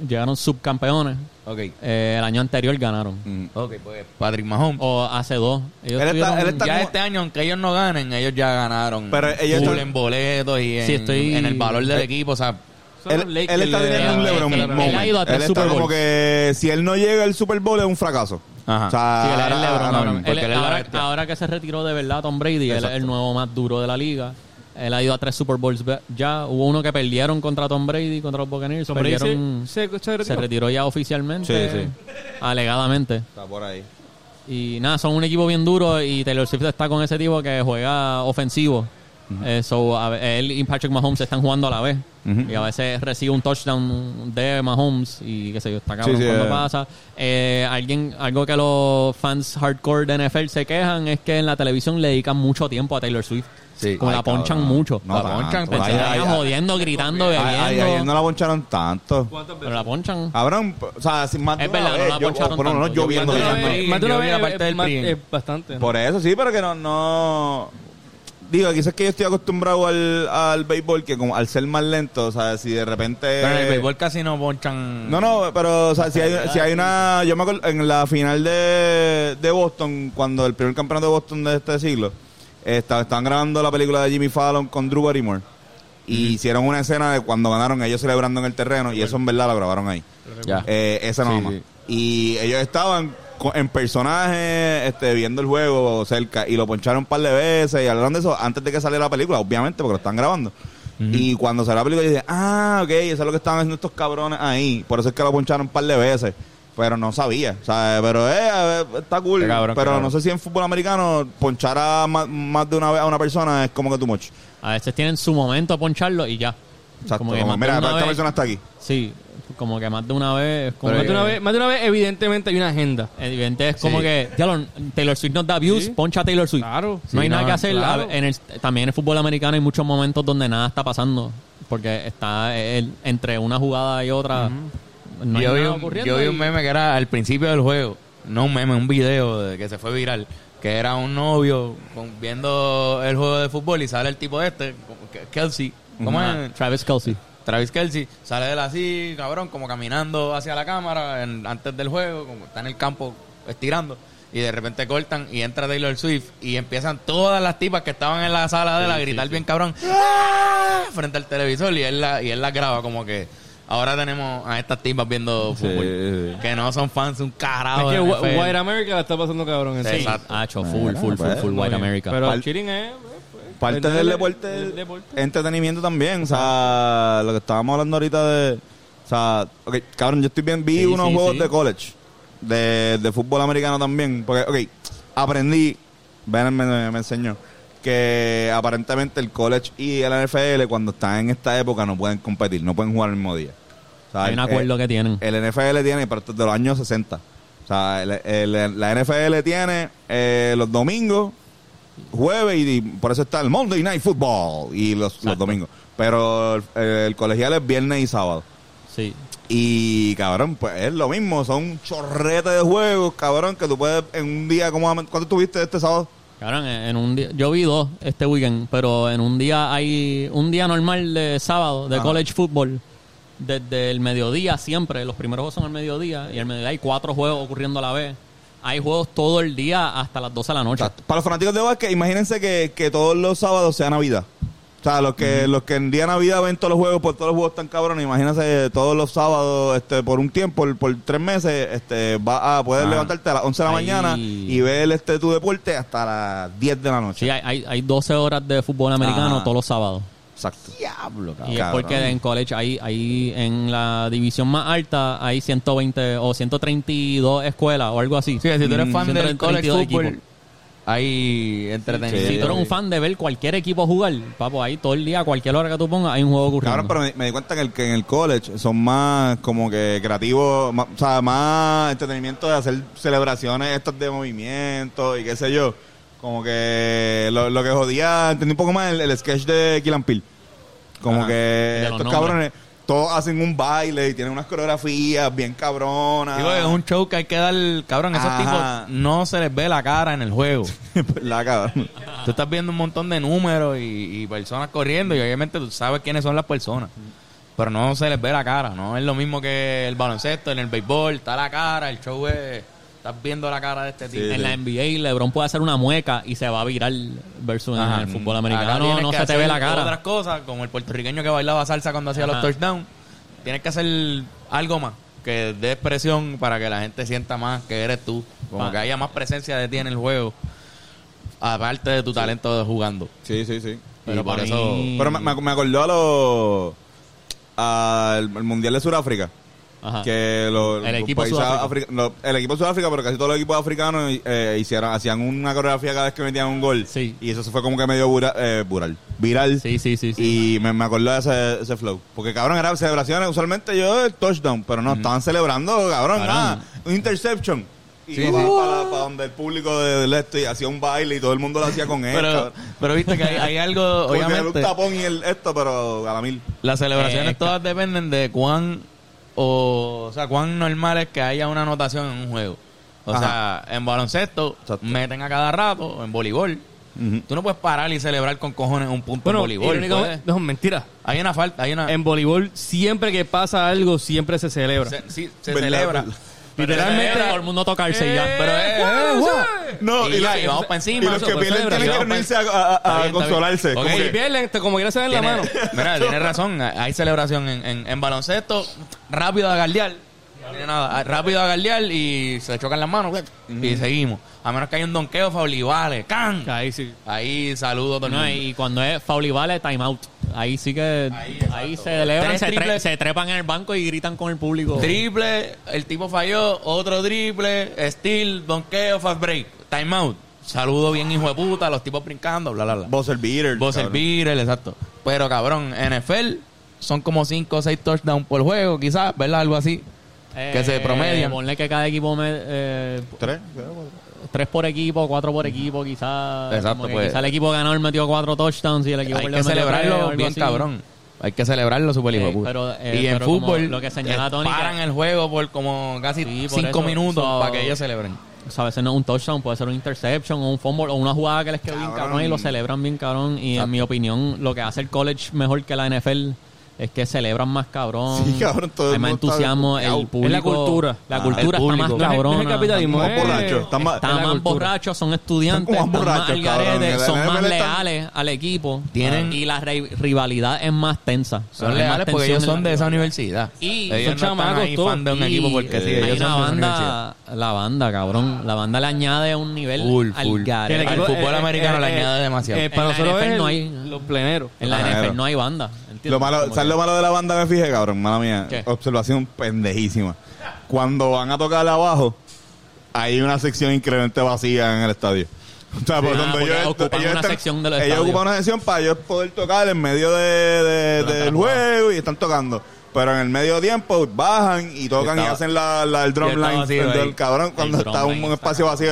S3: llegaron subcampeones.
S2: ok.
S3: Eh, el año anterior ganaron.
S1: Mm.
S2: Ok, pues Patrick Mahomes.
S3: O hace dos. Ellos
S1: Él está-
S3: tuvieron-
S1: él está-
S2: ya
S1: como-
S2: este año, aunque ellos no ganen, ellos ya ganaron.
S1: Pero ellos
S2: Full
S1: están- eh,
S2: en boletos y en,
S3: Sí, estoy-
S2: en el valor del equipo. O sea,
S4: Son
S1: Él,
S4: los Lakers
S1: él está
S4: de-
S1: teniendo un
S3: él-
S1: LeBron
S3: él- él ha
S1: moment.
S3: ido a tres
S1: Él está
S3: Super
S1: como
S3: Bowls.
S1: que si él no llega al Super Bowl es un fracaso.
S3: Ah,
S2: Ajá.
S1: O sea,
S3: Sí, él es el
S1: ahora-
S3: LeBron,
S1: ahora Eh,
S3: cabrón.
S1: mismo.
S2: porque
S3: Él-
S2: él es la
S3: ahora,
S2: bestia.
S3: ahora que se retiró de verdad Tom Brady, él es el
S1: Exacto.
S3: nuevo más duro de la liga. Él ha ido a tres Super Bowls ve- ya. Hubo uno que perdieron contra Tom Brady, contra los Buccaneers.
S4: Tom Brady
S3: Perdieron- se,
S4: se, se, se retiró.
S3: retiró ya oficialmente.
S1: Sí,
S3: Alegadamente.
S1: Está por ahí.
S3: Y nada, son un equipo bien duro y Taylor Swift está con ese tipo que juega ofensivo. Eh, so, a ve- él y Patrick Mahomes están jugando a la vez. Y a veces recibe un touchdown de Mahomes y qué sé yo, está cabrón
S1: Sí, sí,
S3: cuando
S1: eh.
S3: pasa. Eh, alguien, algo que los fans hardcore de NFL se quejan es que en la televisión le dedican mucho tiempo a Taylor Swift.
S2: Sí.
S3: Como
S1: Ay,
S3: la ponchan
S1: cabrón.
S3: mucho.
S1: No
S2: La
S1: tanto.
S2: ponchan,
S1: Ay,
S2: pues, pensé que
S1: ay,
S3: Estaban
S1: ay,
S3: jodiendo, gritando,
S1: ay, ay, ayer
S3: bebiendo.
S1: no la poncharon tanto.
S4: ¿Cuántas
S3: Pero
S4: veces?
S3: la ponchan.
S1: Cabrón, o sea, sin más de
S3: Es
S1: una
S3: verdad, no
S1: vez,
S3: la
S1: yo-
S3: poncharon
S1: por lo menos
S3: tanto.
S1: yo
S3: Yo
S1: viendo
S4: Más de
S1: que
S4: una
S1: tanto.
S4: vez- Más de una
S2: Yo vi la
S4: vez
S2: parte del
S4: es más-
S2: pregame.
S4: es bastante. ¿no?
S1: Por eso sí, pero que no, no. Digo, quizás que yo estoy acostumbrado al, al béisbol, que como, al ser más lento, o sea, si de repente.
S2: pero en el béisbol casi no ponchan.
S1: No, no, pero o sea, si, hay, si hay una... Yo me acuerdo en la final de, de Boston, cuando el primer campeonato de Boston de este siglo, esta- estaban grabando la película de Jimmy Fallon con Drew Barrymore. Y hicieron una escena de cuando ganaron ellos celebrando en el terreno y eso en verdad lo grabaron ahí.
S2: Ya.
S1: (laughs) Eh, esa
S2: Sí,
S1: nada más.
S2: sí.
S1: Y ellos estaban co- en personaje este, viendo el juego cerca y lo poncharon un par de veces y hablaron de eso antes de que saliera la película, obviamente, porque lo están grabando. Y cuando salió la película, yo dije, ah, ok, eso es lo que estaban haciendo estos cabrones ahí. Por eso es que lo poncharon un par de veces. pero no sabía. O sea, pero eh, a ver, está cool.
S2: Qué cabrón, qué
S1: pero
S2: cabrón.
S1: no sé si en fútbol americano ponchar a ma- más, de una vez a una persona es como que too much.
S3: A veces tienen su momento a poncharlo y ya.
S1: Exacto.
S3: Como que más de
S1: Mira,
S3: una
S1: esta
S3: vez-
S1: persona está aquí.
S3: Sí, como que más de una vez. Como
S4: Más de,
S3: que-
S4: una vez, más de una vez, evidentemente, hay una agenda.
S3: Evidente es como
S2: Sí.
S3: que ya lo- Taylor Swift nos da views,
S4: Sí.
S3: poncha a Taylor Swift.
S4: Claro.
S3: No hay
S2: Sí,
S3: nada
S2: no,
S3: que hacer.
S4: claro.
S3: A ver, En el, también en el fútbol americano hay muchos momentos donde nada está pasando. Porque está eh, el- entre una jugada y otra. No hay
S2: yo, vi
S3: nada
S2: un,
S3: ocurriendo
S2: yo vi
S3: y-
S2: un meme que era al principio del juego, no un meme, un video de que se fue viral, que era un novio con- viendo el juego de fútbol y sale el tipo este, como que- Kelsey, ¿cómo
S3: Ajá,
S2: es?
S3: Travis Kelsey.
S2: Travis Kelsey sale de él así, cabrón, como caminando hacia la cámara en- antes del juego, como está en el campo estirando. Y de repente cortan y entra Taylor Swift y empiezan todas las tipas que estaban en la sala de él a gritar bien cabrón "¡Ah!", frente al televisor y él, la, y él la graba como que ahora tenemos a estas tipas viendo fútbol
S1: Eh,
S2: que no son fans un carajo.
S4: es que
S2: de
S4: Wh-
S2: NFL.
S4: White America la está pasando cabrón.
S2: Sí,
S4: entonces.
S2: exacto.
S3: Hacho, Ah, full,
S1: Bueno,
S3: full, full,
S1: pues,
S3: full, White
S4: Muy bien.
S3: America.
S4: Pero
S1: Pal-
S4: el cheating es... pues, pues,
S1: Parte
S4: el-
S1: del
S4: el-
S1: deporte
S4: el- el
S1: es
S4: deporte.
S1: entretenimiento también. O sea, lo que estábamos hablando ahorita de. O sea, ok, cabrón, yo estoy bien. Vi
S3: Sí,
S1: unos
S3: sí,
S1: juegos
S3: sí.
S1: de college, de, de fútbol americano también. Porque, ok, aprendí. Ben me, me- me enseñó que aparentemente el college y el NFL, cuando están en esta época, no pueden competir, no pueden jugar el mismo día. O sea,
S3: Hay un
S1: eh,
S3: acuerdo que tienen.
S1: el NFL tiene, pero esto es de los años 60. O sea, el- el- la NFL tiene eh, los domingos, jueves, y, y por eso está el Monday Night Football y los, los domingos. Pero el, el colegial es viernes y sábado.
S3: Sí.
S1: Y cabrón, pues es lo mismo, son un chorrete de juegos, cabrón, que tú puedes en un día, como ¿cuánto tuviste este sábado?
S3: Cabrón, en en un día, yo vi dos este weekend, pero en un día hay un día normal de sábado de
S1: Ajá.
S3: college football desde el mediodía siempre, los primeros juegos son al mediodía y al mediodía hay cuatro juegos ocurriendo a la vez. Hay juegos todo el día hasta las 12 de la
S1: O
S3: noche.
S1: sea, para los fanáticos de básquet, imagínense que, que todos los sábados sea Navidad. O sea, los que, los que en día de Navidad ven todos los juegos, por todos los juegos están cabrones, imagínense todos los sábados, este, por un tiempo, por, por tres meses, este, va a poder
S3: Ah.
S1: levantarte a las 11 de la
S3: Ahí.
S1: mañana y ver este tu deporte hasta las 10 de la noche.
S3: Sí, hay, hay, hay 12 horas de fútbol americano
S1: Ajá. Ah,
S3: todos los sábados.
S1: Exacto. Diablo,
S3: Y es porque en college hay, hay en la división más alta hay 120 o 132 escuelas o algo así.
S2: Sí, si tú eres
S1: Mm,
S2: fan del
S3: 132
S2: college football,
S3: equipos.
S2: hay entretenimiento.
S1: Sí,
S3: Si tú eres un fan de ver cualquier equipo jugar, papo, ahí todo el día, cualquier hora que tú pongas, hay un juego
S1: Cabrón,
S3: ocurriendo.
S1: pero me, me di cuenta que, el, que en el college son más como que creativos, más- o sea, más entretenimiento de hacer celebraciones estas de movimiento y qué sé yo. Como que lo, lo que jodía, entendí un poco más el, el sketch de Kill and Peele. Como
S3: Ajá,
S1: que
S3: de los
S1: estos
S3: nombres.
S1: cabrones, todos hacen un baile y tienen unas coreografías bien cabronas.
S2: Digo, es un show que hay que dar, cabrón, esos
S1: Ajá.
S2: tipos no se les ve la cara en el juego.
S1: (laughs) La cabrón.
S2: tú estás viendo un montón de números y, y personas corriendo y obviamente tú sabes quiénes son las personas. Pero no se les ve la cara, ¿no? Es lo mismo que el baloncesto, en el béisbol, está la cara, el show es... Estás viendo la cara de este tipo.
S1: Sí,
S3: en
S1: sí.
S3: la NBA, LeBron puede hacer una mueca y se va a virar versus
S2: Ajá.
S3: en el fútbol
S2: Mm, Acá
S3: americano.
S2: tienes
S3: No
S2: que
S3: se te ve
S2: hacer
S3: la
S2: Otras
S3: cara.
S2: cosas, como el puertorriqueño que bailaba salsa cuando hacía los
S3: Ajá.
S2: touchdowns. Tienes que hacer algo más que dé expresión para que la gente sienta más que eres tú. Como
S3: Ah.
S2: que haya más presencia de ti en el juego. Aparte de tu talento de jugando.
S1: Sí, sí, sí.
S2: Pero
S3: Y
S2: por
S3: para
S2: eso.
S3: mí-
S1: Pero me, me ac- me acordó a los. al al Mundial de Sudáfrica.
S3: Ajá.
S1: que los,
S3: El
S1: los
S3: equipo
S1: países
S3: Sudáfrica.
S1: africa- los- el equipo de Sudáfrica, pero casi todos los equipos africanos eh, hicieron, hacían una coreografía cada vez que metían un gol.
S3: Sí.
S1: Y eso se fue como que medio vura- eh, viral. viral.
S3: Sí, sí, sí. sí.
S1: Y me, me acordó de ese, ese flow. Porque cabrón, eran celebraciones. Usualmente yo el touchdown, pero no, estaban celebrando, cabrón,
S3: Cabrón.
S1: nada. Un interception. Y
S2: Sí,
S1: iba
S2: sí.
S1: Para, para- para donde el público de- del este y hacía un baile y todo el mundo lo hacía con él.
S2: Pero,
S1: Eh, cabrón.
S2: pero viste que hay, hay
S1: (laughs)
S2: algo,
S1: Porque era
S2: obviamente.
S1: un tapón y el, esto, pero a la mil.
S2: Las celebraciones
S3: Eh,
S2: todas dependen de cuán o, o sea, cuán normal es que haya una anotación en un juego. O
S1: Ajá.
S2: sea, en baloncesto
S1: Exacto.
S2: meten a cada rato, en voleibol.
S1: Ujú.
S2: Tú no puedes parar y celebrar con cojones un punto
S4: Bueno,
S2: en voleibol.
S4: irónicamente-
S2: puedes.
S4: no, mentira.
S2: Hay una falta, hay una
S4: En voleibol, siempre que pasa algo, siempre se celebra.
S2: se, sí, se
S1: Verdad,
S2: celebra.
S1: verdad.
S2: Pero
S3: Literalmente
S2: se
S3: todo
S2: celebra.
S3: el mundo tocarse y ya.
S2: Pero es- es-
S1: Eh, No,
S2: y,
S1: y
S2: ya,
S1: la-
S2: y vamos para encima.
S1: Y los que
S2: eso, pues,
S1: pierden
S2: celebra,
S1: tienen
S2: y
S1: que
S2: vamos pa'
S1: reunirse a, a- a-
S2: Está bien,
S1: a
S2: está bien.
S1: consolarse.
S2: Ok.
S1: Como
S4: Como
S1: que-
S4: que pierden, te- como quiera se dan la
S2: Tiene-
S3: (laughs)
S4: mano.
S2: (laughs) Mira, tiene razón. Hay celebración en, en, en baloncesto. Rápido a galdear. No tiene nada. Rápido a galdear y se chocan las manos. Y seguimos. A menos que haya un donqueo, faulivales. ¡Can!
S4: Ahí sí.
S2: Ahí saludo a todo el
S3: No,
S2: mundo.
S3: y cuando es foul y vale, time out. Ahí sí que. Ahí, se elevan,
S2: Tres
S3: se, tre-
S2: triples.
S3: se trepan en el banco y gritan con el público.
S2: Triple, el tipo falló, otro triple, steal, donkeo, fast break, timeout. Saludo bien hijo de puta, los tipos brincando, bla, bla, bla.
S1: Buzzer beater.
S2: Buzzer
S1: cabrón.
S2: beater, exacto. Pero cabrón, NFL son como 5 o 6 touchdowns por juego, quizás, ¿verdad? Algo así.
S3: Eh,
S2: que se promedian.
S3: Ponle que cada equipo. me- eh,
S1: Tres, creo, cuatro.
S3: tres por equipo, cuatro por equipo, quizás.
S2: Exacto,
S3: como que
S2: pues.
S3: Quizás el equipo ganador metió cuatro touchdowns y el equipo
S2: Hay
S3: perdió
S2: que
S3: metió tres o
S2: celebrarlo
S3: algo
S2: bien
S3: así.
S2: cabrón. Hay que celebrarlo super hijo de
S3: Sí,
S2: puta.
S3: pero, eh,
S2: y en
S3: pero como
S2: fútbol
S3: lo que señala
S2: eh,
S3: Tony, que-
S2: paran el juego por como casi
S3: Sí, por
S2: 5
S3: eso.
S2: minutos
S3: So-
S2: para que ellos celebren.
S3: O sea, a veces no es un touchdown, puede ser un interception o un fumble o una jugada que les quedó bien
S1: Cabrón.
S3: cabrón y lo celebran bien cabrón. Y
S2: Exacto.
S3: en mi opinión, lo que hace el college mejor que la NFL es que celebran más cabrón.
S1: Sí, cabrón, todo el
S3: Hay más
S1: mundo está
S3: entusiasmo,
S1: besuqueado.
S3: el
S1: Es
S3: público.
S4: la cultura.
S3: La
S1: Ah,
S3: cultura
S2: el
S3: está más
S2: público. No es- no es
S3: cabrona.
S4: No es el capitalismo,
S1: Están
S4: eh.
S1: más borrachos, están más-
S3: Están
S4: Es la
S3: más
S4: cultura.
S3: borrachos, son estudiantes,
S1: Están
S3: están
S1: como
S3: más
S1: borrachos,
S3: al garete,
S1: cabrón.
S3: son
S1: En la
S3: más
S1: NFL están-
S3: leales al equipo.
S2: Tienen-
S3: Y la ri- rivalidad es más tensa.
S2: Son
S3: Hay más
S2: leales porque
S3: tensión
S2: ellos
S3: en la
S2: son de esa universidad.
S3: Y
S2: ellos no
S4: son
S2: están
S4: chamacos
S2: ahí
S4: todos.
S2: fan de un
S3: y
S2: equipo porque sí,
S1: hay
S2: ellos
S3: hay
S2: son
S3: una
S2: de esa universidad.
S3: banda, la banda, cabrón. La banda le añade un nivel
S2: Full,
S3: al
S2: full.
S3: garete.
S2: Tiene que- Al fútbol americano le añade demasiado.
S4: eh, para
S3: En la
S4: nosotros
S3: NFL
S4: es
S3: no
S4: el-
S3: hay-
S4: los pleneros.
S3: En la
S1: Ah, claro.
S3: NFL no hay banda. ¿entiendes?
S1: Lo malo,
S3: Como
S1: ¿Sabes
S3: que-
S1: lo malo de la banda me fijé, cabrón? Mala mía.
S3: ¿Qué?
S1: Observación pendejísima. Cuando van a tocar abajo, hay una sección increíblemente vacía en el estadio. (laughs) O sea, por
S3: Ah,
S1: donde
S3: porque
S1: ellos
S3: ocupan
S1: ellos
S3: una sección de los
S1: ellos
S3: estadios.
S1: ocupan una sección para ellos poder tocar en medio de, de-
S3: Durante
S1: del
S3: la jugada.
S1: juego y están tocando. Pero en el medio tiempo bajan y tocan y,
S2: Estaba-
S1: hacen la, la- el
S2: y
S1: drum
S2: estaba
S1: line
S2: vacío
S1: del
S2: ahí.
S1: cabrón cuando
S3: El drum
S1: está un,
S3: line
S1: un
S3: está
S1: espacio vacío.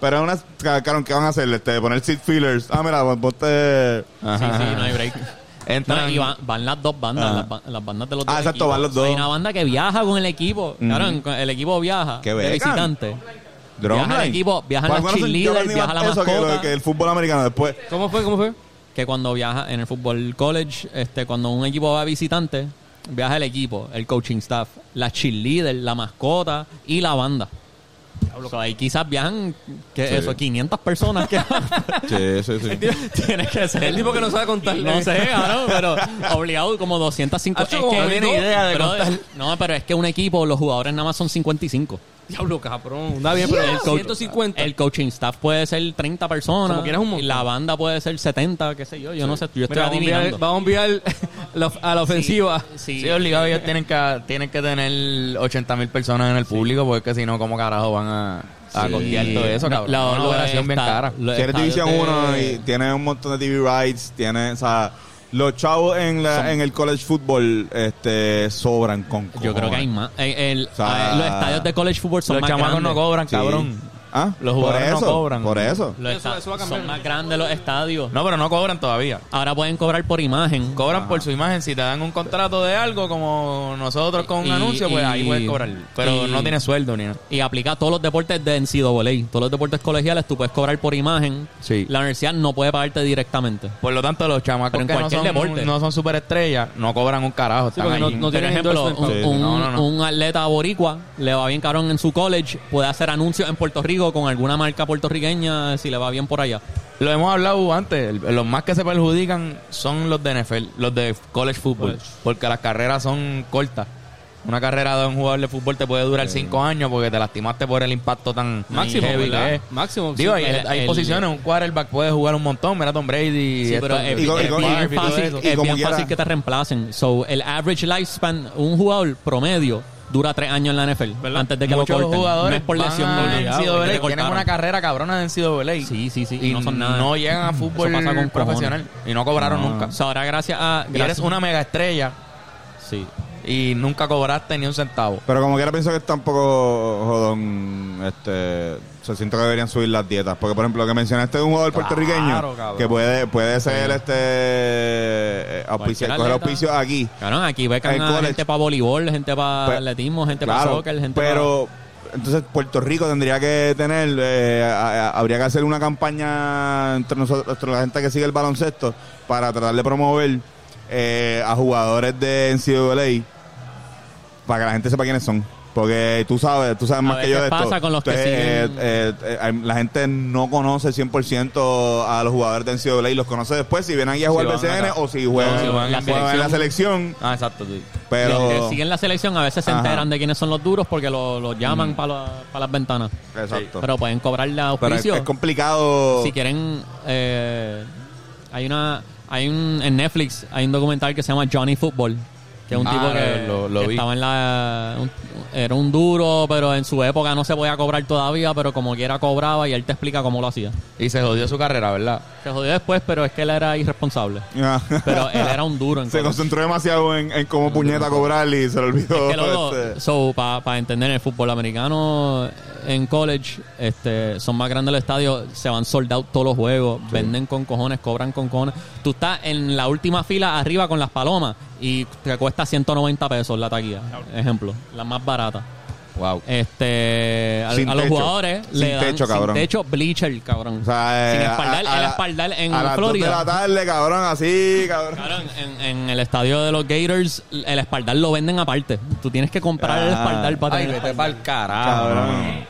S1: Pero es una cabrón, ¿qué van a hacer? Este, poner seat fillers. Ah, mira, ponte.
S3: Sí,
S2: Ajá.
S3: sí, no
S2: (laughs)
S3: hay break.
S2: Entran-
S3: No, y van, van las dos bandas,
S1: Ajá.
S3: las, ba- las bandas de los
S1: Ah,
S3: dos.
S1: exacto,
S3: equipos.
S1: van los
S3: O sea,
S1: dos.
S3: Hay una banda que viaja con el equipo. Cabrón, el equipo viaja.
S1: Qué
S3: de
S1: becan.
S3: visitante.
S1: Drum
S3: Viaja el
S1: line.
S3: equipo, viajan
S1: Pues,
S3: los
S1: bueno, yo
S3: cheerleaders,
S1: aprendí
S3: viaja
S1: más
S3: la
S1: eso que lo-
S3: mascota.
S1: que el fútbol americano
S3: (laughs)
S1: después.
S4: ¿Cómo fue? ¿Cómo fue?
S3: que cuando viaja en el fútbol college, este, cuando un equipo va visitante, viaja el equipo, el coaching staff, la cheerleader, la mascota y la banda. O sea, ahí quizás viajan que
S1: Sí.
S3: eso, 500 personas que
S4: (laughs)
S1: Sí, sí, sí.
S3: tienes que ser
S4: El tipo que no sabe contar.
S3: no sé, cabrón, pero obligado como 250.
S4: Hacho, como no tiene idea de
S3: brother,
S4: contar.
S3: No, pero es que un equipo, los jugadores nada más son 55.
S4: Diablo, cabrón. Da bien, pero
S3: El coach-
S4: 150.
S3: El coaching staff puede ser 30 personas.
S4: Como quieras, un
S3: y
S4: montón.
S3: la banda puede ser 70, qué sé yo. Yo no sé, yo estoy
S4: Mira,
S3: adivinando.
S4: Vamos a enviar, (laughs) la- a la ofensiva.
S3: Sí.
S2: Sí, obligado, ellos tienen que, tienen que tener 80 mil personas en el público, porque si no, ¿cómo carajo van a, a
S3: Sí.
S2: costear todo eso,
S3: No,
S2: cabrón?
S3: la-
S2: Una
S3: lo
S2: operación bien
S3: está-
S2: cara.
S3: lo
S1: Si eres
S3: está
S1: División
S3: desde-
S1: 1 y tienes un montón de TV rights, tienes, o sea, los chavos en, la, en el college football este, sobran con
S3: Yo creo que hay más. El- el-
S1: sea,
S3: eh, los estadios de college football son
S2: Los
S3: más
S2: chamacos
S3: grandes.
S2: no cobran,
S1: Sí.
S2: cabrón.
S1: ¿Ah?
S2: Los jugadores no
S1: por eso,
S2: cobran.
S1: Por eso.
S3: Los
S4: Eso-
S3: esta-
S4: eso va a cambiar.
S3: son más grandes los estadios.
S2: No, pero no cobran todavía.
S3: Ahora pueden cobrar por imagen.
S2: Cobran por su imagen. Si te dan un contrato de algo, como nosotros con un
S3: Y-
S2: anuncio, pues ahí
S3: y-
S2: puedes cobrar. Pero
S3: y-
S2: no tiene sueldo ni nada.
S3: y aplica todos los deportes de NCAA. Todos los deportes colegiales tú puedes cobrar por imagen.
S2: Sí.
S3: La universidad no puede pagarte directamente.
S2: Por lo tanto, los chamacos
S3: Pero en
S2: que no
S3: cualquier
S2: son,
S3: deporte.
S2: no son superestrellas, no cobran un carajo. están
S4: porque
S2: ahí.
S4: no
S3: Por
S4: tienen
S3: ejemplo, un,
S4: endorsement.
S1: Sí,
S3: un-
S2: no, no, no.
S3: un atleta boricua le va bien cabrón en su college, puede hacer anuncios en Puerto Rico con alguna marca puertorriqueña si le va bien por allá.
S2: Lo hemos hablado antes, el- los más que se perjudican son los de NFL, los de college football, porque las carreras son cortas. Una carrera de un jugador de fútbol te puede durar cinco años porque te lastimaste por el impacto tan
S4: Máximo,
S2: heavy
S4: ¿verdad?
S2: que es.
S4: Máximo,
S2: Digo,
S4: sí,
S2: hay,
S3: el-
S2: hay
S3: el-
S2: posiciones, un quarterback puede jugar un montón, mira Tom Brady.
S3: Sí,
S2: esto-
S3: pero es,
S1: y con-
S3: es
S1: y con-
S3: bien
S2: y todo
S3: fácil,
S2: eso.
S1: y
S3: es
S1: como
S3: bien
S1: quiera-
S3: fácil que te reemplacen. So, el average lifespan, un jugador promedio dura tres años en la NFL antes de que
S2: Muchos
S3: lo corten.
S2: jugadores
S3: no es por
S2: van
S3: lesión
S2: a
S3: ni nada,
S2: NCAA,
S3: es que te
S2: tienen
S3: cortaron.
S2: una carrera cabrona de NCAA.
S3: Sí, sí, sí,
S2: Y
S3: no son nada.
S2: no llegan a fútbol
S3: Eso pasa con cojones.
S2: profesional. Y no cobraron nunca.
S3: So, ahora gracias a
S2: Y eres
S3: gracias,
S2: una mega estrella
S3: sí.
S2: y nunca cobraste ni un centavo.
S1: Pero como quiera pienso que está un poco jodón, este, o sea, siento que deberían subir las dietas. Porque, por ejemplo, lo que mencionaste de un jugador puertorriqueño,
S2: cabrón.
S1: que puede, puede ser este, eh, auspicio,
S3: Cualquier
S1: coger
S3: atleta.
S1: auspicio aquí.
S3: Cabrón, aquí becan
S1: El
S3: a
S1: college.
S3: gente para voleibol, gente para
S1: Pues,
S3: atletismo, gente para
S1: Claro,
S3: soccer, gente pa-
S1: pero entonces Puerto Rico tendría que tener, eh, a- a- habría que hacer una campaña entre nosotros, entre la gente que sigue el baloncesto, para tratar de promover eh, a jugadores de NCAA para que la gente sepa quiénes son. Porque tú sabes, tú sabes más que
S3: veces
S1: yo de esto.
S3: pasa con los que
S1: eh,
S3: siguen-
S1: eh, eh, hay- la gente no conoce 100% a los jugadores de NCAA y los conoce después si vienen aquí a jugar
S2: van
S1: BCN
S2: acá.
S1: o si juegan,
S2: No, si van en
S1: juegan en la selección.
S2: Ah, exacto. sí.
S1: Pero...
S3: Los que siguen la selección a veces se
S1: Ajá.
S3: enteran de quiénes son los duros porque los llaman para las ventanas.
S1: Exacto.
S3: Pero pueden cobrarle
S1: Pero es,
S3: auspicio.
S1: es complicado.
S3: si quieren eh, hay una Hay un, en Netflix hay un documental que se llama Johnny Football, que es un
S2: Ah,
S3: tipo que,
S2: lo- lo
S3: que
S2: vi.
S3: estaba en la... un- era un duro, pero en su época no se podía cobrar todavía, pero como quiera cobraba y él te explica cómo lo hacía.
S2: Y se jodió su carrera, ¿verdad?
S3: Se jodió después, pero es que él era irresponsable.
S1: (laughs) Ah.
S3: Pero él era un duro
S1: (laughs)
S3: en
S1: Se
S3: cosas.
S1: concentró demasiado en, en cómo puñeta cobrar y se le olvidó.
S3: que luego,
S1: este.
S3: so, para entender el fútbol americano en college, este, son más grandes los estadios, se van sold out todos los juegos, venden con cojones, cobran con cojones. Tú estás en la última fila arriba con las palomas y te cuesta 190 pesos la taquilla, ejemplo, la más barata.
S2: Wow.
S3: Este, a,
S1: Sin
S3: a los
S1: techo.
S3: jugadores
S1: Sin
S3: le dan
S1: techo, cabrón.
S3: sin techo bleacher, cabrón.
S1: O sea, eh,
S3: sin
S1: a-
S3: espaldar,
S1: a-
S3: el
S1: a-
S3: espaldar en
S1: a las dos
S3: Florida.
S1: de la tarde, cabrón, así, cabrón.
S3: Cabrón, en, en el estadio de los Gators, el espaldar lo venden aparte. Tú tienes que comprar el
S1: Ah.
S3: espaldar para
S2: Ay,
S3: tener el
S2: vete
S3: espaldar.
S2: pa'l carajo.
S1: Cabrón.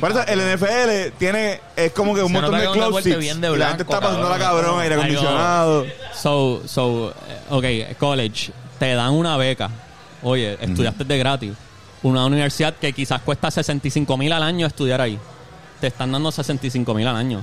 S1: Por eso el NFL tiene, es como que un
S2: Se
S1: montón
S2: nota
S1: de
S2: que es un
S1: closets.
S2: deporte bien de
S1: y la gente
S2: blanco,
S1: está pasando la
S2: cabrón.
S1: cabrón, aire
S3: Algo-
S1: acondicionado.
S3: So, so, eh, ok, college, te dan una beca. Oye, estudiaste de gratis. Una universidad que quizás cuesta 65 mil al año estudiar ahí. Te están dando 65 mil al año.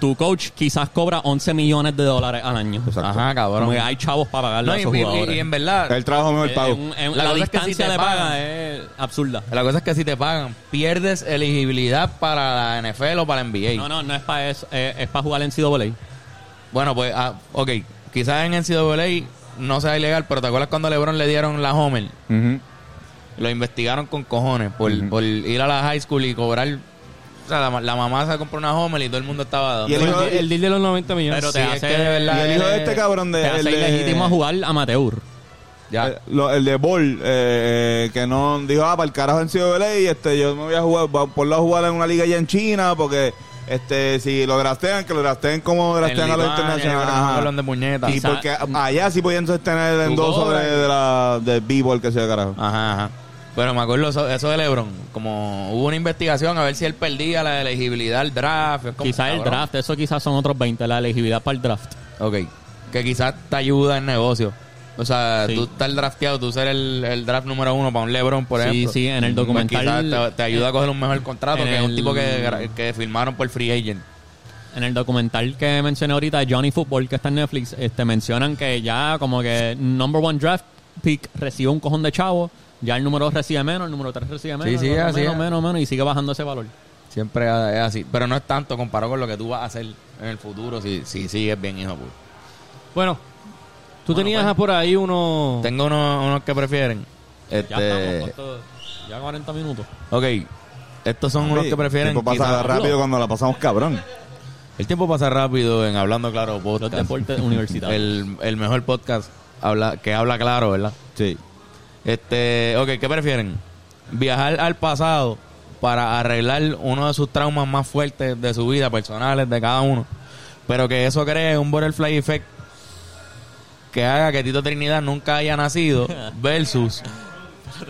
S3: Tu coach quizás cobra 11 millones de dólares al año.
S1: Exacto.
S2: Ajá,
S3: Como que
S2: cabrón.
S3: hay chavos para pagarle
S2: No,
S3: a
S2: y,
S3: esos
S2: y- y-
S3: jugadores. Eh,
S2: y en verdad,
S1: El trabajo mejor pago.
S3: En- en-
S2: La
S3: la,
S2: cosa es que si
S3: distancia
S2: te
S3: de
S2: pagan-
S3: paga es absurda.
S2: la cosa es que si te pagan, pierdes elegibilidad para la NFL o para la NBA.
S3: No, no, no es para eso. Es, es para jugar en CWA.
S2: Bueno, pues, ah, ok. Quizás en NCAA no sea ilegal, pero ¿te acuerdas cuando a LeBron le dieron la Homer?
S1: Ujú.
S2: Lo investigaron con cojones por,
S1: Ujú.
S2: por ir a la high school y cobrar. O sea, la, la mamá se compró una Homer y todo el mundo estaba
S1: Y el
S2: dando.
S1: hijo-
S4: El, el deal de los 90 millones.
S3: Pero
S2: Sí,
S3: te
S2: es
S3: hace-
S2: que de
S1: Y
S2: verdad
S1: el hijo
S2: él
S1: de
S2: es-
S1: este cabrón de.
S3: Te hace
S1: el
S2: eh,
S1: de-
S3: ilegítimo a jugar amateur.
S2: Ya.
S1: Eh, lo- el de Ball, eh, eh, que no dijo, ah, para el carajo en CWA, y este, yo me voy a jugar, va- ponlo a jugar en una liga allá en China, porque este, si lo grastean, que lo grastean como grastean a los internacionales. Ajá.
S2: Hablan de eh. puñetas.
S1: Y
S3: Quizá-
S1: porque a- allá sí podían sostener el
S2: Tú
S1: endoso de,
S2: cobras.
S1: de la de B-Ball que sea carajo.
S2: Ajá, ajá. Pero me acuerdo eso, eso de LeBron. Como hubo una investigación a ver si él perdía la elegibilidad al draft. es como,
S3: Quizás el
S2: cabrón.
S3: draft, eso quizás son otros 20, la elegibilidad para el draft.
S2: Ok. Que quizás te ayuda en negocio. O sea,
S3: Sí.
S2: tú estar drafteado, tú ser el, el draft número uno para un LeBron, por
S3: Sí,
S2: ejemplo.
S3: sí, en el
S2: Pues
S3: documental- eh,
S2: quizás te, te ayuda a coger un mejor contrato,
S3: en
S2: que es un
S3: el-
S2: tipo que, gra- que firmaron por free agent.
S3: En el documental que mencioné ahorita de Johnny Football, que está en Netflix, este, mencionan que ya como que number one draft pick recibe un cojón de chavo, ya el número dos recibe menos, el número 3 recibe menos,
S2: Sí, sí,
S3: menos,
S2: así
S3: menos,
S2: es.
S3: menos, menos, y sigue bajando ese valor.
S2: Siempre es así. Pero no es tanto comparado con lo que tú vas a hacer en el futuro si, si sigues bien, hijo. de puta.
S4: Bueno, tú tenías
S3: pues.
S4: por ahí uno...
S2: Tengo unos, unos que prefieren.
S3: Oh. Ya
S2: Este,
S3: estamos, pues. ¿cuánto? ya 40 minutos.
S2: ok. Estos son unos
S1: Sí,
S2: que prefieren.
S1: El tiempo pasa
S2: quizás-
S1: rápido cuando la pasamos cabrón.
S2: El tiempo pasa rápido en Hablando Claro
S3: Los
S2: Podcast.
S3: deportes universitarios.
S2: El, el mejor podcast habla, que habla claro, ¿verdad?
S1: Sí.
S2: Este, ok, ¿qué prefieren? Viajar al pasado para arreglar uno de sus traumas más fuertes de su vida, personales, de cada uno. Pero que eso cree un butterfly effect que haga que Tito Trinidad nunca haya nacido versus...
S3: (laughs)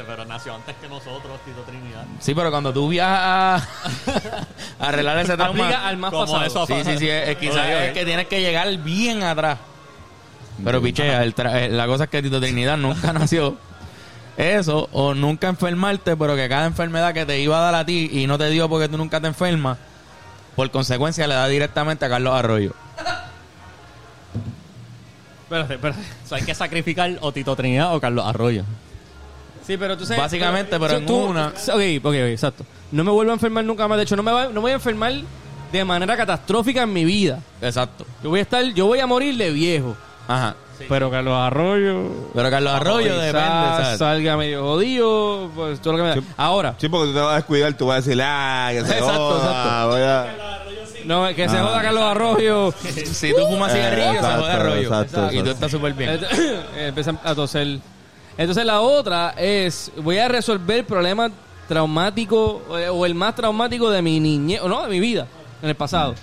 S3: Pero nació antes que nosotros, Tito Trinidad.
S2: Sí, pero cuando tú viajas (laughs) a, a arreglar ese trauma...
S4: Aplica al más
S3: Como
S4: pasado.
S3: eso.
S2: Sí, sí, sí, es, es quizás
S3: Oye,
S2: es
S3: oye.
S2: que tienes que llegar bien atrás. Pero pichea, el tra- eh, la cosa es que Tito Trinidad nunca (laughs) nació. Eso, o nunca enfermarte, pero que cada enfermedad que te iba a dar a ti y no te dio porque tú nunca te enfermas, por consecuencia le da directamente a Carlos Arroyo.
S4: Espérate, espérate.
S3: So, hay que sacrificar o Tito Trinidad o Carlos Arroyo.
S4: Sí, pero tú sabes...
S2: Básicamente, pero
S4: si
S2: en una-
S4: Ok, ok, ok, exacto. No me vuelvo a enfermar nunca más. De hecho, no me, va- no me voy a enfermar de manera catastrófica en mi vida.
S2: Exacto.
S4: Yo voy a estar... Yo voy a morir de viejo.
S2: Ajá.
S4: Pero Carlos Arroyo...
S2: Pero Carlos Arroyo
S4: Quizás
S2: depende, ¿sabes?
S4: salga medio jodido, pues todo lo que me da.
S1: Sí.
S4: Ahora,
S1: Sí, porque tú te vas a descuidar, tú vas a decir, ah, que se
S4: Exacto,
S1: joda,
S4: exacto.
S1: voy a-
S4: no, que
S2: Ah.
S4: se joda
S2: (laughs)
S4: Carlos Arroyo.
S2: Si tú fumas
S1: Eh,
S2: cigarrillo, se
S1: exacto,
S2: jode Arroyo.
S1: exacto,
S2: Y tú
S1: exacto.
S2: estás súper bien.
S4: (coughs) Empieza a toser. Entonces la otra es, voy a resolver problemas traumáticos eh, o el más traumático de mi niñez, o no, de mi vida, en el pasado.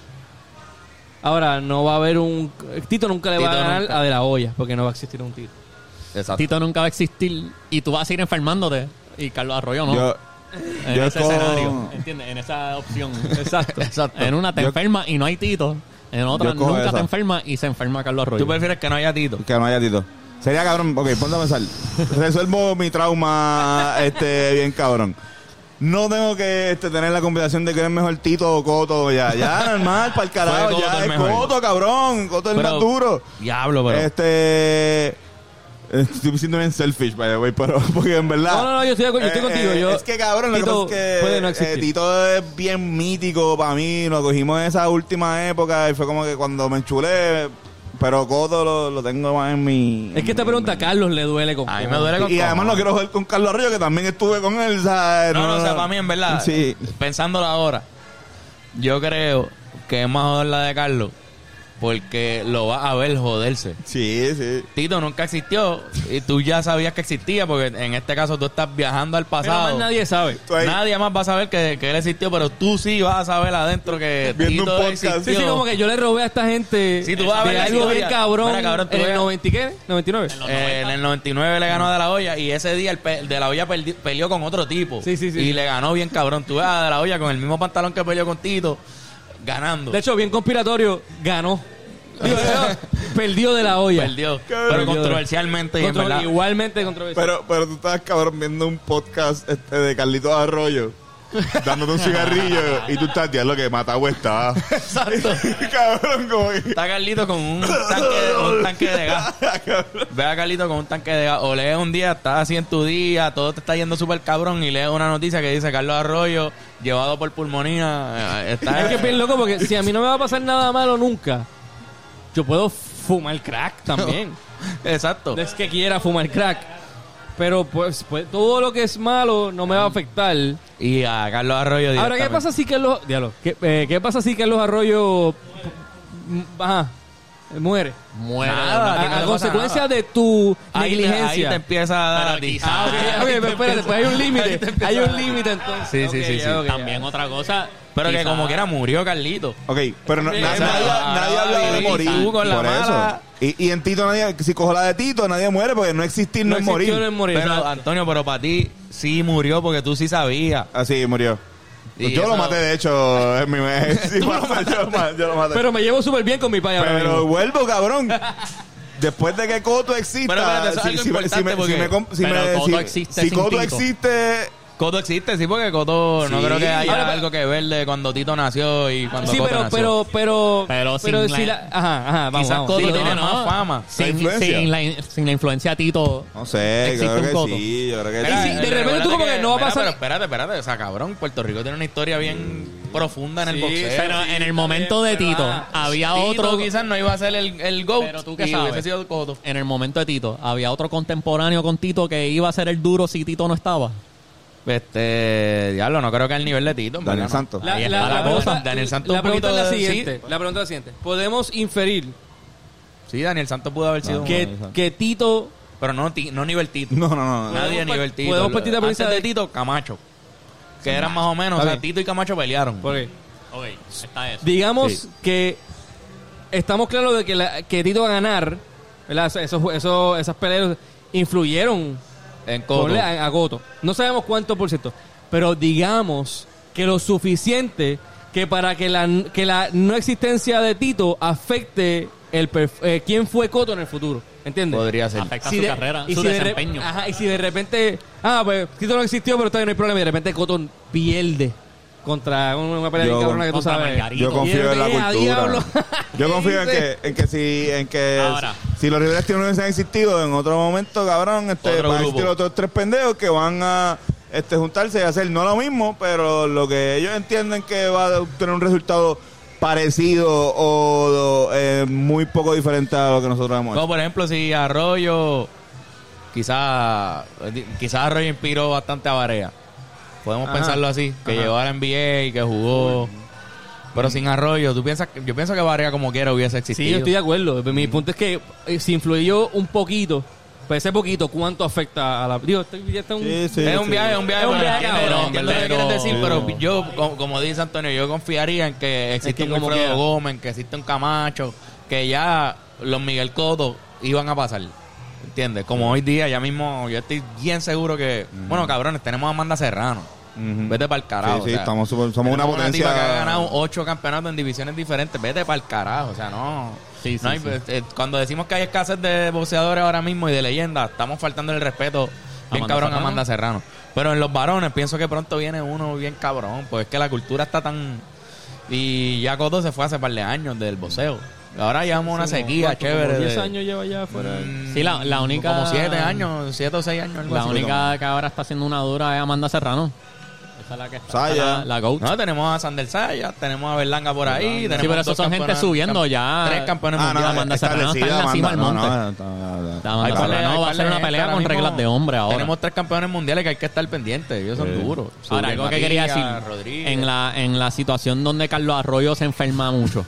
S4: Ahora, no va a haber un... Tito nunca le va a
S2: Tito
S4: ganar
S2: nunca.
S4: a De La Hoya, porque no va a existir un Tito.
S2: Exacto.
S3: Tito nunca va a existir y tú vas a ir enfermándote y Carlos Arroyo no.
S1: Yo,
S3: en
S1: yo
S3: ese
S1: escojo-
S3: escenario, ¿entiendes? En esa opción.
S4: Exacto.
S2: Exacto.
S3: En una te
S1: Yo-
S3: enferma y no hay Tito. En otra
S1: Yo cojo
S3: nunca
S1: esa.
S3: te enferma y se enferma Carlos Arroyo.
S2: Tú prefieres que no haya Tito.
S1: Que no haya Tito. Sería cabrón, ok, ponte a pensar. Resuelvo mi trauma, este, bien cabrón. No tengo que este, tener la conversación de que eres mejor Tito o Coto. Ya, ya, normal, para el
S2: Fue
S1: carajo.
S2: Coto
S1: ya
S2: el
S1: es
S2: mejor.
S1: Coto, cabrón. Coto es el
S2: Pero-
S1: más duro.
S2: Diablo, pero.
S1: Este. Estoy siendo bien selfish, by the way, pero (laughs) porque en verdad. eh,
S4: No, no, no, yo estoy de acuerdo, yo estoy contigo, yo-
S1: es que cabrón,
S4: Tito
S1: lo que pasa es que
S4: puede no
S1: eh,
S4: existir.
S1: Tito es bien mítico para mí. Lo cogimos en esa última época y fue como que cuando me enchulé. Pero Coto lo, lo tengo más en mi.
S4: Es que esta
S1: en
S4: pregunta
S1: mi-
S4: a Carlos le duele con
S2: A mí me duele con
S1: Y además no
S2: cojones.
S1: quiero joder con Carlos Arroyo, que también estuve con él. ¿sabes?
S2: No, no, o sea, para mí en verdad,
S1: Sí.
S2: pensándolo ahora, yo creo que es más joder la de Carlos porque lo va a ver joderse.
S1: Sí, sí.
S2: Tito nunca existió y tú ya sabías que existía porque en este caso tú estás viajando al
S4: Pero más
S2: pasado.
S4: nadie sabe.
S1: Tú ahí-
S2: Nadie más va a saber que, que él existió, pero tú sí vas a saber adentro que
S1: Viendo
S2: Tito
S1: un podcast.
S4: Sí,
S2: existió.
S4: sí, como que yo le robé a esta gente
S2: Sí, tú vas a ver
S4: de
S2: la
S4: algo
S2: historia.
S4: bien cabrón,
S2: Mira, cabrón, tú
S4: en
S2: ves-
S4: el 90 qué? 99.
S2: Eh, en el 99 le ganó a De La Hoya y ese día el pe- De La Hoya perdi- peleó con otro tipo.
S4: Sí, sí, sí.
S2: Y le ganó bien cabrón. Tú ves a De La Hoya con el mismo pantalón que peleó con Tito, ganando.
S4: De hecho, bien conspiratorio, ganó. Digo, eh, perdió de la olla.
S2: Perdió.
S1: Cabrón.
S2: Pero controversialmente y en
S4: Contro-
S2: verdad.
S4: Igualmente controversial.
S1: Pero, pero tú estabas cabrón viendo un podcast este, de Carlitos Arroyo, dándote un cigarrillo y tú estás lo que Matagüe está.
S2: Exacto.
S1: (laughs) cabrón, como que. (laughs)
S2: Está Carlito con un tanque de, un tanque de gas. Ve a Carlito con un tanque de gas. O lees un día, estás así en tu día, todo te está yendo súper cabrón y lees una noticia que dice Carlos Arroyo, llevado por pulmonía. eh, Está
S4: Es que es bien loco porque si a mí no me va a pasar nada malo nunca, yo puedo fumar crack
S2: (laughs)
S4: también.
S2: (laughs) Exacto.
S4: No es que quiera fumar crack. Pero pues, pues, todo lo que es malo no me va a afectar.
S2: Y a Carlos Arroyo
S4: Ahora, ¿qué
S2: directamente.
S4: pasa si Carlos... Diablo. ¿Qué, eh, ¿Qué pasa si Carlos Arroyo... m- Ajá. Muere.
S3: Muere.
S2: Nada,
S3: de una-
S2: a ti no
S4: A,
S2: te
S4: a
S2: pasa
S4: consecuencia
S2: nada.
S4: de tu
S2: Ahí te,
S4: negligencia.
S2: ahí te empieza a dar
S3: Pero
S2: a ti.
S3: quizá-
S4: Ah, ok, ok, pero espérate,
S2: (laughs)
S4: pues hay un límite. Hay un límite entonces.
S2: Sí, sí,
S4: Ok,
S2: sí, sí.
S4: ya, ok, ya.
S3: También otra cosa.
S2: Pero que
S3: quizá-
S2: como quiera murió Carlito.
S1: Ok, pero no-
S4: Sí,
S1: nadie,
S4: o sea,
S1: nadie-
S2: ahora
S1: nadie
S2: va
S1: habla
S2: a
S1: de
S2: vivir
S1: morir.
S2: tú con la
S1: por
S2: mala.
S1: eso. Y, y en Tito, nadie, si cojo la de Tito, nadie muere porque no existir no,
S4: No
S1: es
S4: existió,
S1: morir.
S4: no es morir.
S2: Pero
S4: exacto.
S2: Antonio, pero para ti sí murió porque tú sí sabías.
S1: Así Ah, murió.
S2: Y
S1: yo
S2: eso-
S1: lo maté, de hecho, en mi mes. (laughs) Sí, mano, yo, ma- yo lo maté. Pero,
S4: Pero me llevo súper bien con mi paya. ahora mismo.
S1: vuelvo, cabrón. Después de que Coto exista,
S2: Pero espérate, eso es
S1: si-
S2: algo
S1: si me- si me-
S2: importante
S1: si me comp- si
S2: porque-
S1: me-
S2: pero
S1: si-
S2: Coto existe
S1: si
S2: sin
S1: Coto
S2: Tito.
S1: existe,
S2: Coto existe, sí, porque Coto no
S1: Sí.
S2: creo que haya
S4: Ahora, pero-
S2: algo que ver de cuando Tito nació y cuando
S4: Sí,
S2: Coto
S4: pero,
S2: nació.
S4: pero, pero,
S3: Pero sin la-
S4: si la, ajá, ajá, vamos,
S2: Quizás
S4: vamos.
S2: Coto
S3: Sí,
S2: tiene
S3: no,
S2: más
S3: no.
S2: fama.
S1: La
S3: Sin,
S1: influencia.
S3: sin la, in- sin la influencia de Tito.
S1: No sé,
S3: Existe
S1: yo creo
S3: un
S1: que
S3: coto.
S1: sí, yo creo que
S2: Espera,
S1: sí.
S4: si de
S2: eh,
S4: repente
S2: recuerda
S4: tú como que no va a
S2: espera,
S4: pasar-
S2: Pero espérate, espérate, o sea, cabrón, Puerto Rico tiene una historia bien profunda en el boxeo.
S3: Pero en el momento de
S4: pero,
S3: Tito,
S4: ah,
S3: había
S2: Tito
S3: otro.
S2: quizás no iba a ser el, el GOAT
S3: Pero tú qué
S2: y
S3: sabes.
S2: hubiese sido Coto.
S3: En el momento de Tito, había otro contemporáneo con Tito que iba a ser el duro si Tito no estaba.
S2: Este, diablo, no creo que al nivel de Tito. en
S1: Daniel
S2: verdad, no.
S1: Santos.
S4: La,
S2: Ahí
S4: la-
S2: está
S4: la
S2: la
S4: pregunta,
S2: cosa. Daniel Santos
S4: la
S2: un
S4: pregunta es
S2: poquito
S4: la
S2: de-
S4: siguiente. La pregunta es la siguiente. Podemos inferir
S2: Sí, Daniel Santos pudo haber sido.
S4: que,
S2: un-
S4: que Tito
S2: Pero no, ti- no nivel Tito.
S1: No, no, no. no.
S2: Nadie
S4: Podemos
S2: a nivel
S4: par-
S2: Tito.
S4: podemos partir de la
S2: Antes
S4: premisa de-
S2: de Tito, Camacho. Que eran más o menos. O
S4: Está
S2: sea,
S4: bien.
S2: Tito y Camacho pelearon.
S4: porque
S3: Ok, está eso.
S4: digamos
S2: Sí.
S4: que estamos claros de que, la- que Tito va a ganar, ¿verdad? Eso- Eso, eso- esas peleas influyeron
S2: En Coto.
S4: ponle a, a Goto. No sabemos cuánto por ciento, pero digamos que lo suficiente que para que la, que la no existencia de Tito afecte el perf- eh, quién fue Coto en el futuro. ¿Entiendes?
S2: Podría ser.
S3: Afecta
S4: Si
S3: su
S4: de-
S3: carrera,
S4: y
S3: su
S4: si de re-
S3: desempeño.
S4: ajá, y si de repente, ah, pues Tito no existió, pero todavía no hay problema. Y de repente Coto pierde contra una, una pelea
S1: Yo
S4: de
S1: con-
S4: cabrona que tú
S3: contra
S4: sabes.
S3: Margarito.
S1: Yo confío en la
S4: Eh, a diablo.
S1: cultura. Yo confío en que, en que si, en que
S3: Ahora.
S1: si los Rivera no hubiesen existido en otro momento, cabrón, este,
S2: Otro
S1: van a
S2: grupo.
S1: existir otros tres pendejos que van a este, juntarse y hacer no lo mismo, pero lo que ellos entienden que va a obtener un resultado parecido o, o, eh, muy poco diferente a lo que nosotros hemos hecho.
S2: Como por ejemplo, si Arroyo. Quizás quizá Arroyo inspiró bastante a Varea. Podemos
S4: Ajá.
S2: pensarlo así. Que
S4: Ajá.
S2: llegó a la NBA y que jugó. Pero sin Arroyo, ¿tú piensas, que- yo pienso que Varea como quiera hubiese existido.
S4: Sí, yo estoy de acuerdo. Mi
S3: Mm.
S4: punto es que eh, si influyó un poquito, pues ese poquito, ¿cuánto afecta a la. Digo, este- ya está un.
S1: Sí, sí,
S2: es un
S1: sí.
S2: viaje, es un viaje.
S4: Es un
S2: pero
S4: viaje,
S2: entiendo-
S4: cabrón,
S2: entiendo lo que
S3: pero-
S2: quieres decir, pero yo, como, como dice Antonio, yo confiaría en que existe
S4: que
S2: un
S4: como
S2: Wilfredo
S4: quiera.
S2: Gómez, que existe un Camacho, que ya los Miguel Coto iban a pasar. ¿Entiendes? Como hoy día, ya mismo, yo estoy bien seguro que. Bueno, cabrones, tenemos a Amanda Serrano.
S1: Ujú.
S2: Vete para el carajo.
S1: Sí, sí,
S2: o sea,
S1: estamos súper- somos una
S2: tenemos
S1: potencia-
S2: tipa que ha ganado ocho campeonatos en divisiones diferentes. Vete para el carajo. O sea, no.
S3: Sí, sí,
S2: no hay-
S3: sí.
S2: eh, Cuando decimos que hay escasez de boxeadores ahora mismo y de leyendas, estamos faltando el respeto Bien
S3: Amanda
S2: cabrón
S3: Serrano.
S2: Amanda Serrano. Pero en los varones pienso que pronto viene uno bien cabrón. Pues es que la cultura está tan... Y ya Coto se fue hace par de años del boxeo. Ahora llevamos una sequía chévere. de-
S4: 10 años lleva ya fuera.
S2: Mm,
S3: Sí, la- la única-
S2: Como siete años, siete o seis años. algo
S3: La
S2: así.
S3: única que ahora está haciendo una dura es Amanda Serrano. Ah, Esa es la que está.
S1: Saya.
S3: La, la GOAT.
S2: No, tenemos a Sander Saya, tenemos a Berlanga por ahí.
S3: Sí,
S2: tenemos
S3: pero
S2: dos
S3: esos son gente
S2: campeones-
S3: subiendo
S2: cam-
S3: ya.
S2: Tres campeones
S1: Ah, no,
S2: mundiales.
S3: Amanda
S1: Amanda
S3: Serrano está en
S1: establecida,
S3: la cima
S1: Amanda.
S3: del
S1: No,
S3: monte.
S1: no, está- está-
S3: Amanda
S2: Hay par de-
S3: Serrano
S2: hay
S3: va a
S2: par
S3: ser
S2: de
S3: una
S2: gente
S3: pelea
S2: ahora
S3: con
S2: mismo.
S3: reglas de hombre ahora.
S2: Tenemos tres campeones mundiales que hay que estar pendientes. Ellos son
S1: Sí.
S2: duros.
S3: Ahora,
S2: Sobre
S3: algo que
S2: Matías,
S3: quería decir,
S2: Rodríguez.
S3: en la, en la situación donde Carlos Arroyo se enferma (laughs) mucho,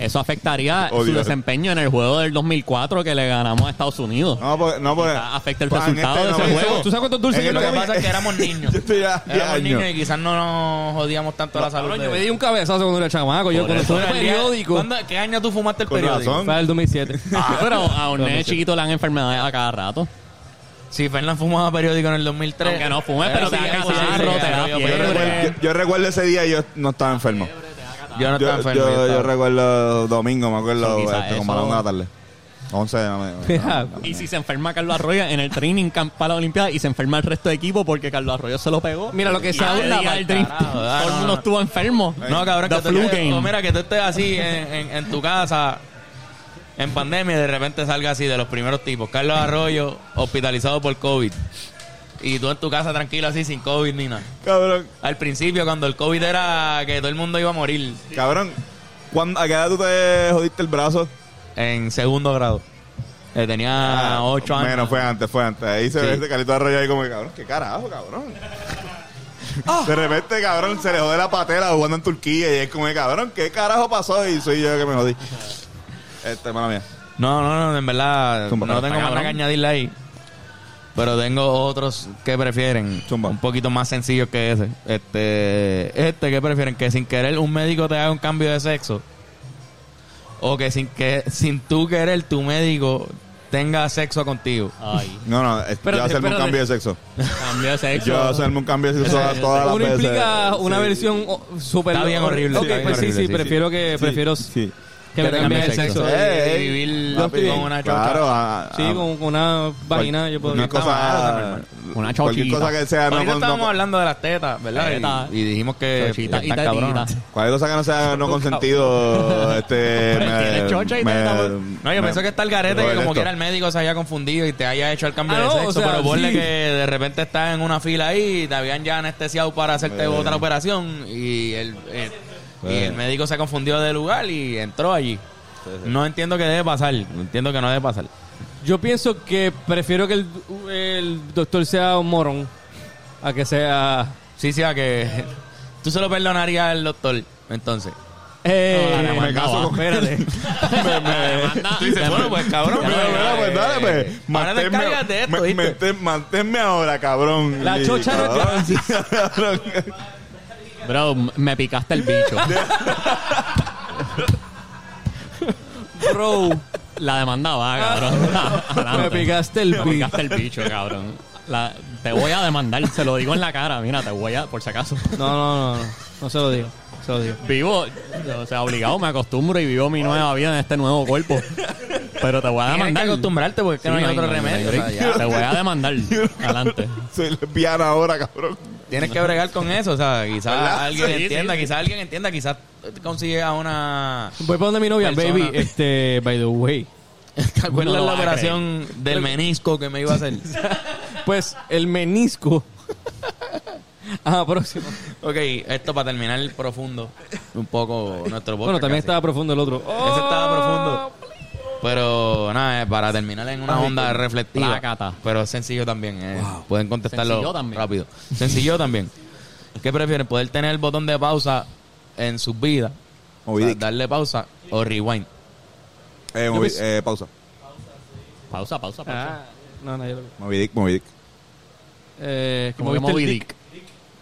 S3: eso afectaría
S1: Odio.
S3: su desempeño en el juego del 2004 que le ganamos a Estados Unidos.
S1: No, porque, no, porque-
S2: Ah,
S3: Afecta el
S1: Pues, en
S3: resultado de ese
S1: momento-
S3: juego.
S4: ¿Tú sabes cuántos dulces
S1: en
S4: yo
S2: Lo que
S1: este
S2: pasa es
S1: (laughs)
S2: que éramos niños.
S1: Yo estoy ya- ya
S2: Éramos
S1: años.
S2: niños y quizás no nos jodíamos tanto la salud.
S4: Cabrón,
S2: de-
S4: yo me di un cabezazo cuando era chamaco. Yo
S2: Por
S4: cuando
S2: eso
S4: estuve en
S2: era
S4: el
S2: el día-
S4: periódico.
S2: ¿Cuándo- ¿Qué año tú fumaste el
S1: Con
S2: periódico?
S1: razón.
S4: Fue
S2: (laughs)
S4: el 2007.
S3: Ah, (laughs) pero a un nene
S4: Entonces,
S3: chiquito le dan enfermedades a cada rato.
S2: Si Fernán fumaba periódico en el 2003.
S3: Aunque no fume, pero te da
S2: sí, sí,
S3: catarro,
S2: sí,
S3: te da
S2: sí, yo-
S1: Yo
S3: fiebre.
S1: recuerdo, yo- yo recuerdo ese día y yo no estaba enfermo.
S2: Yo no
S1: Yo,
S2: estaba enfermo.
S1: yo-
S2: yo
S1: yo
S2: estaba-
S1: recuerdo domingo, me acuerdo
S3: Eso quizá,
S1: este,
S3: eso-
S1: como a la una de la tarde. 11 de la
S2: (laughs)
S1: mañana.
S3: Y si se enferma Carlos Arroyo en el training camp para la Olimpiada y se enferma el resto de equipo porque Carlos Arroyo se lo pegó.
S4: Mira, lo que
S3: Y
S4: se
S3: al
S4: habla,
S3: día
S4: pa'l
S3: del training-
S2: carajo, ah,
S3: Todo el
S2: no,
S3: mundo
S2: no.
S3: estuvo enfermo.
S2: No, cabrón,
S3: The
S2: que tú
S3: flu
S2: estés-
S3: game.
S2: o mira, que tú estés así en, en- en tu casa en pandemia y de repente salga así de los primeros tipos. Carlos Arroyo, hospitalizado por COVID. Y tú en tu casa tranquilo así sin COVID ni nada.
S1: Cabrón,
S2: Al principio, cuando el COVID era que todo el mundo iba a morir
S1: cabrón. ¿cuándo- ¿A qué edad tú te jodiste el brazo?
S2: en segundo grado. Eh,
S4: Ah,
S2: tenía ocho años.
S1: Ah, Menos, fue antes, fue antes. Ahí se
S2: Sí.
S1: ve ese calito de arroyo ahí como, cabrón, qué carajo,
S4: (laughs)
S1: cabrón.
S4: Ah.
S1: De repente, cabrón, se le jode la patera jugando en Turquía y es como, cabrón, ¿qué carajo pasó? Y soy yo que me jodí. Este, mala mía.
S2: No, no, no, en verdad
S1: Zumba.
S2: no tengo
S1: Está
S2: más nada que
S1: cabrón.
S2: añadirle ahí. Pero tengo otros que prefieren.
S1: Zumba.
S2: Un poquito más sencillos que ese. Este, este que prefieren que sin querer un médico te haga un cambio de sexo. O que sin que sin tú querer tu médico tenga sexo contigo.
S3: Ay,
S1: No, no, es-
S4: Espérate,
S1: yo hacerme un
S4: espérate.
S1: cambio de sexo.
S3: cambio de sexo.
S1: Yo hacerme un cambio de sexo todas, todas las
S4: Uno
S1: veces.
S4: implica una
S1: Sí.
S4: versión oh, súper.
S2: Está bien horrible,
S4: Ok,
S2: está bien
S4: pues sí,
S2: horrible,
S4: sí,
S2: sí,
S4: prefiero que.
S1: Sí,
S4: Prefiero
S1: sí.
S4: que me cambie el sexo.
S1: sexo.
S4: eh,
S2: Y-
S1: Ey,
S2: y vivir
S1: yo
S2: con
S1: estoy bien.
S2: una chocha.
S1: Claro, a-
S4: Sí,
S2: ah.
S1: a-
S4: con con una vagina yo puedo.
S1: una
S4: Está mal, está mal.
S1: cosa,
S3: Una
S1: cualquier
S3: chochita.
S1: cosa que sea, no,
S2: Ahorita
S1: con-
S2: estábamos
S1: no-
S2: hablando de las tetas, ¿verdad? Y-
S3: Tetas.
S2: Y, dijimos que
S3: Chochita y
S2: están cabronas.
S3: tetita.
S1: Cualquier cosa que no sea no consentido, este.
S3: tiene chocha y teta, pues.
S2: No,
S1: me-
S2: yo pienso que está el garete
S1: me
S2: que
S1: duele
S2: como
S1: esto.
S2: quiera el médico se haya confundido y te haya hecho el cambio
S4: Ah,
S2: de
S4: no,
S2: sexo,
S4: o sea,
S2: pero ponle
S4: sí.
S2: que de repente estás en una fila ahí y te habían ya anestesiado para hacerte
S1: Eh.
S2: otra operación y el, eh, y
S1: Eh.
S2: el médico se confundió de lugar y entró allí. No entiendo que debe pasar, entiendo que no debe pasar.
S4: Yo pienso que prefiero que el, el doctor sea un morón a que sea.
S2: Sí, sí, a que (laughs) tú se lo perdonarías al doctor, entonces.
S4: Eh,
S3: No,
S1: Me caso con (laughs)
S4: espérate.
S3: (laughs)
S2: (laughs)
S3: me,
S2: Tú dices, bueno, pues
S3: (laughs)
S2: cabrón,
S1: Pero,
S2: pues,
S1: pero, pues,
S2: eh,
S1: dale, pues.
S2: Ahora descárgate de esto,
S1: ma-
S2: ¿viste?
S1: mantén- manténme ahora, cabrón.
S4: La
S1: Y,
S4: chocha no te-
S1: cabrón, sí, (laughs) cabrón.
S3: Bro, me picaste el
S4: (laughs)
S3: bicho.
S4: Bro,
S3: La demanda va, cabrón.
S4: (laughs) me picaste el
S3: Me
S4: pico.
S3: picaste el bicho, cabrón. La- te voy a demandar, se lo digo en la cara. Mira, te voy a, por si acaso.
S4: No, no, no, no. No se lo digo. Se lo digo.
S3: Vivo, o sea, obligado, me acostumbro y vivo mi nueva vida en este nuevo cuerpo. Pero te voy a
S2: Tienes que
S3: demandar.
S2: acostumbrarte porque es que
S3: Sí,
S2: no hay otro
S3: no hay
S2: remedio. o sea, ya.
S3: break. Te voy
S2: (laughs)
S3: a demandar. Adelante.
S1: Soy lesbiana ahora, cabrón.
S2: Tienes que bregar con eso, o sea, quizás
S1: ¿Verdad?
S2: alguien
S1: Sí, sí,
S2: entienda, quizás alguien entienda, quizás consigue a una... (laughs)
S4: Voy para donde mi novia,
S2: Persona.
S4: baby. Este, by the way.
S2: ¿Te acuerdas
S3: No lo
S2: la
S3: vas a
S2: operación del menisco que me iba a hacer? (laughs)
S4: Pues
S3: (laughs)
S4: el menisco. Ah, próximo.
S2: ok, esto para terminar el profundo un poco nuestro podcast.
S4: Bueno, también
S2: así.
S4: estaba profundo el otro. Oh,
S2: Ese estaba profundo. Pero nada, eh, para terminar en
S3: Ah,
S2: una
S4: Ay,
S2: onda
S4: qué
S2: reflectiva.
S3: placata.
S2: Pero es sencillo también. eh. Pueden contestarlo
S3: Sencillo también.
S2: rápido. Sencillo también. ¿Qué prefieren? ¿Poder tener el botón de pausa en sus vidas?
S1: Moby
S2: O sea,
S1: Dick.
S2: darle pausa o rewind.
S1: Eh, Moby- eh, pausa.
S3: Pausa, pausa, pausa.
S4: Ah, no, no, yo lo vi.
S1: Moby Dick, Moby Dick.
S4: Eh,
S3: Como que
S4: viste el
S3: Moby
S4: tic.
S3: Dick.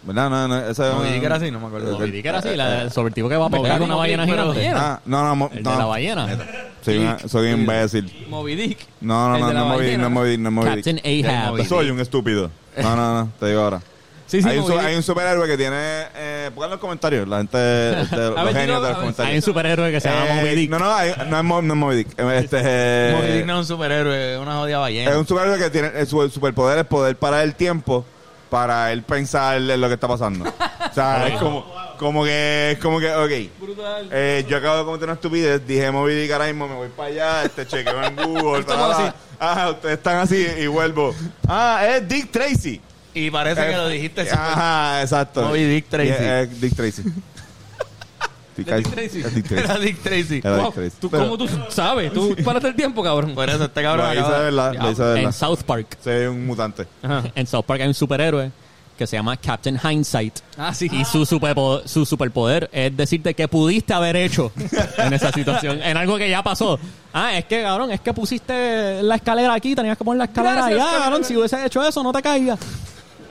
S1: ¿Verdad? No, no, esa
S2: Moby Dick era así, no me acuerdo.
S1: Eh,
S3: Moby Dick era así,
S2: Eh,
S3: la, el sobretivo que va a pescar
S2: Dick,
S3: una ballena
S2: pero
S3: gigante.
S2: ballena.
S1: Ah, no, no, mo-
S3: El de la
S1: no.
S3: ballena.
S1: Soy una- Soy un imbécil.
S4: Moby Dick.
S1: No, no,
S4: El
S1: no,
S4: de la
S1: no, Moby Dick,
S4: ballena.
S1: no, Moby Dick, no, Moby Dick.
S3: Captain Ahab.
S1: Soy un estúpido. No, no, no, te digo ahora.
S4: Sí, sí,
S1: hay, un,
S4: como
S1: su-
S4: que-
S1: hay un superhéroe que tiene. Eh, pongan los comentarios, la gente.
S4: (laughs)
S1: este, los
S4: ver,
S1: genios
S4: dilo,
S1: de los
S4: a ver.
S3: Hay un
S1: comentarios.
S3: superhéroe que se llama
S1: Eh,
S3: Moby Dick.
S1: No, no, hay- no es, Mo- no es Moby Dick. eh, Este, eh,
S2: Moby Dick no es un superhéroe, es una jodida ballena.
S1: Es un superhéroe que tiene. eh, Su superpoder es poder parar el tiempo para él pensar en lo que está pasando. O sea, es como, como que. Es como que, ok.
S4: Brutal.
S1: Eh, yo acabo de cometer una estupidez, dije Moby Dick ahora mismo, me voy para allá, este chequeo en
S3: (laughs)
S1: Google,
S4: Estamos
S1: tarara.
S4: así.
S1: Ah, ustedes están así y vuelvo. Ah, es Dick Tracy.
S2: Y parece que
S1: Eh,
S2: lo dijiste súper-
S1: Ajá, exacto.
S2: Moby Dick Tracy.
S1: Y es- es Dick
S4: (laughs)
S1: Tracy. Dick
S4: ¿Es Dick Tracy?
S1: Es Dick Tracy.
S2: (laughs) Era Dick Tracy.
S1: Era
S4: Wow,
S1: Dick Tracy.
S4: ¿tú,
S1: Pero-
S4: ¿Cómo tú sabes?
S1: (laughs)
S4: ¿Tú paraste el tiempo, cabrón?
S2: Por eso este cabrón
S1: Lo hice de
S2: acaba-
S1: verdad, lo hice de
S3: En
S1: verdad.
S3: South Park.
S1: Se ve un mutante.
S4: Ajá.
S3: En South Park hay un superhéroe que se llama Captain Hindsight.
S1: (laughs)
S4: Ah, sí.
S3: Y su, superpo- su superpoder es decirte que pudiste haber hecho en esa situación, en algo que ya pasó. Ah, es que, cabrón, es que pusiste la escalera aquí, tenías que poner la escalera
S4: Gracias,
S3: allá,
S4: cabrón.
S3: cabrón, si hubieses hecho eso, no te caías.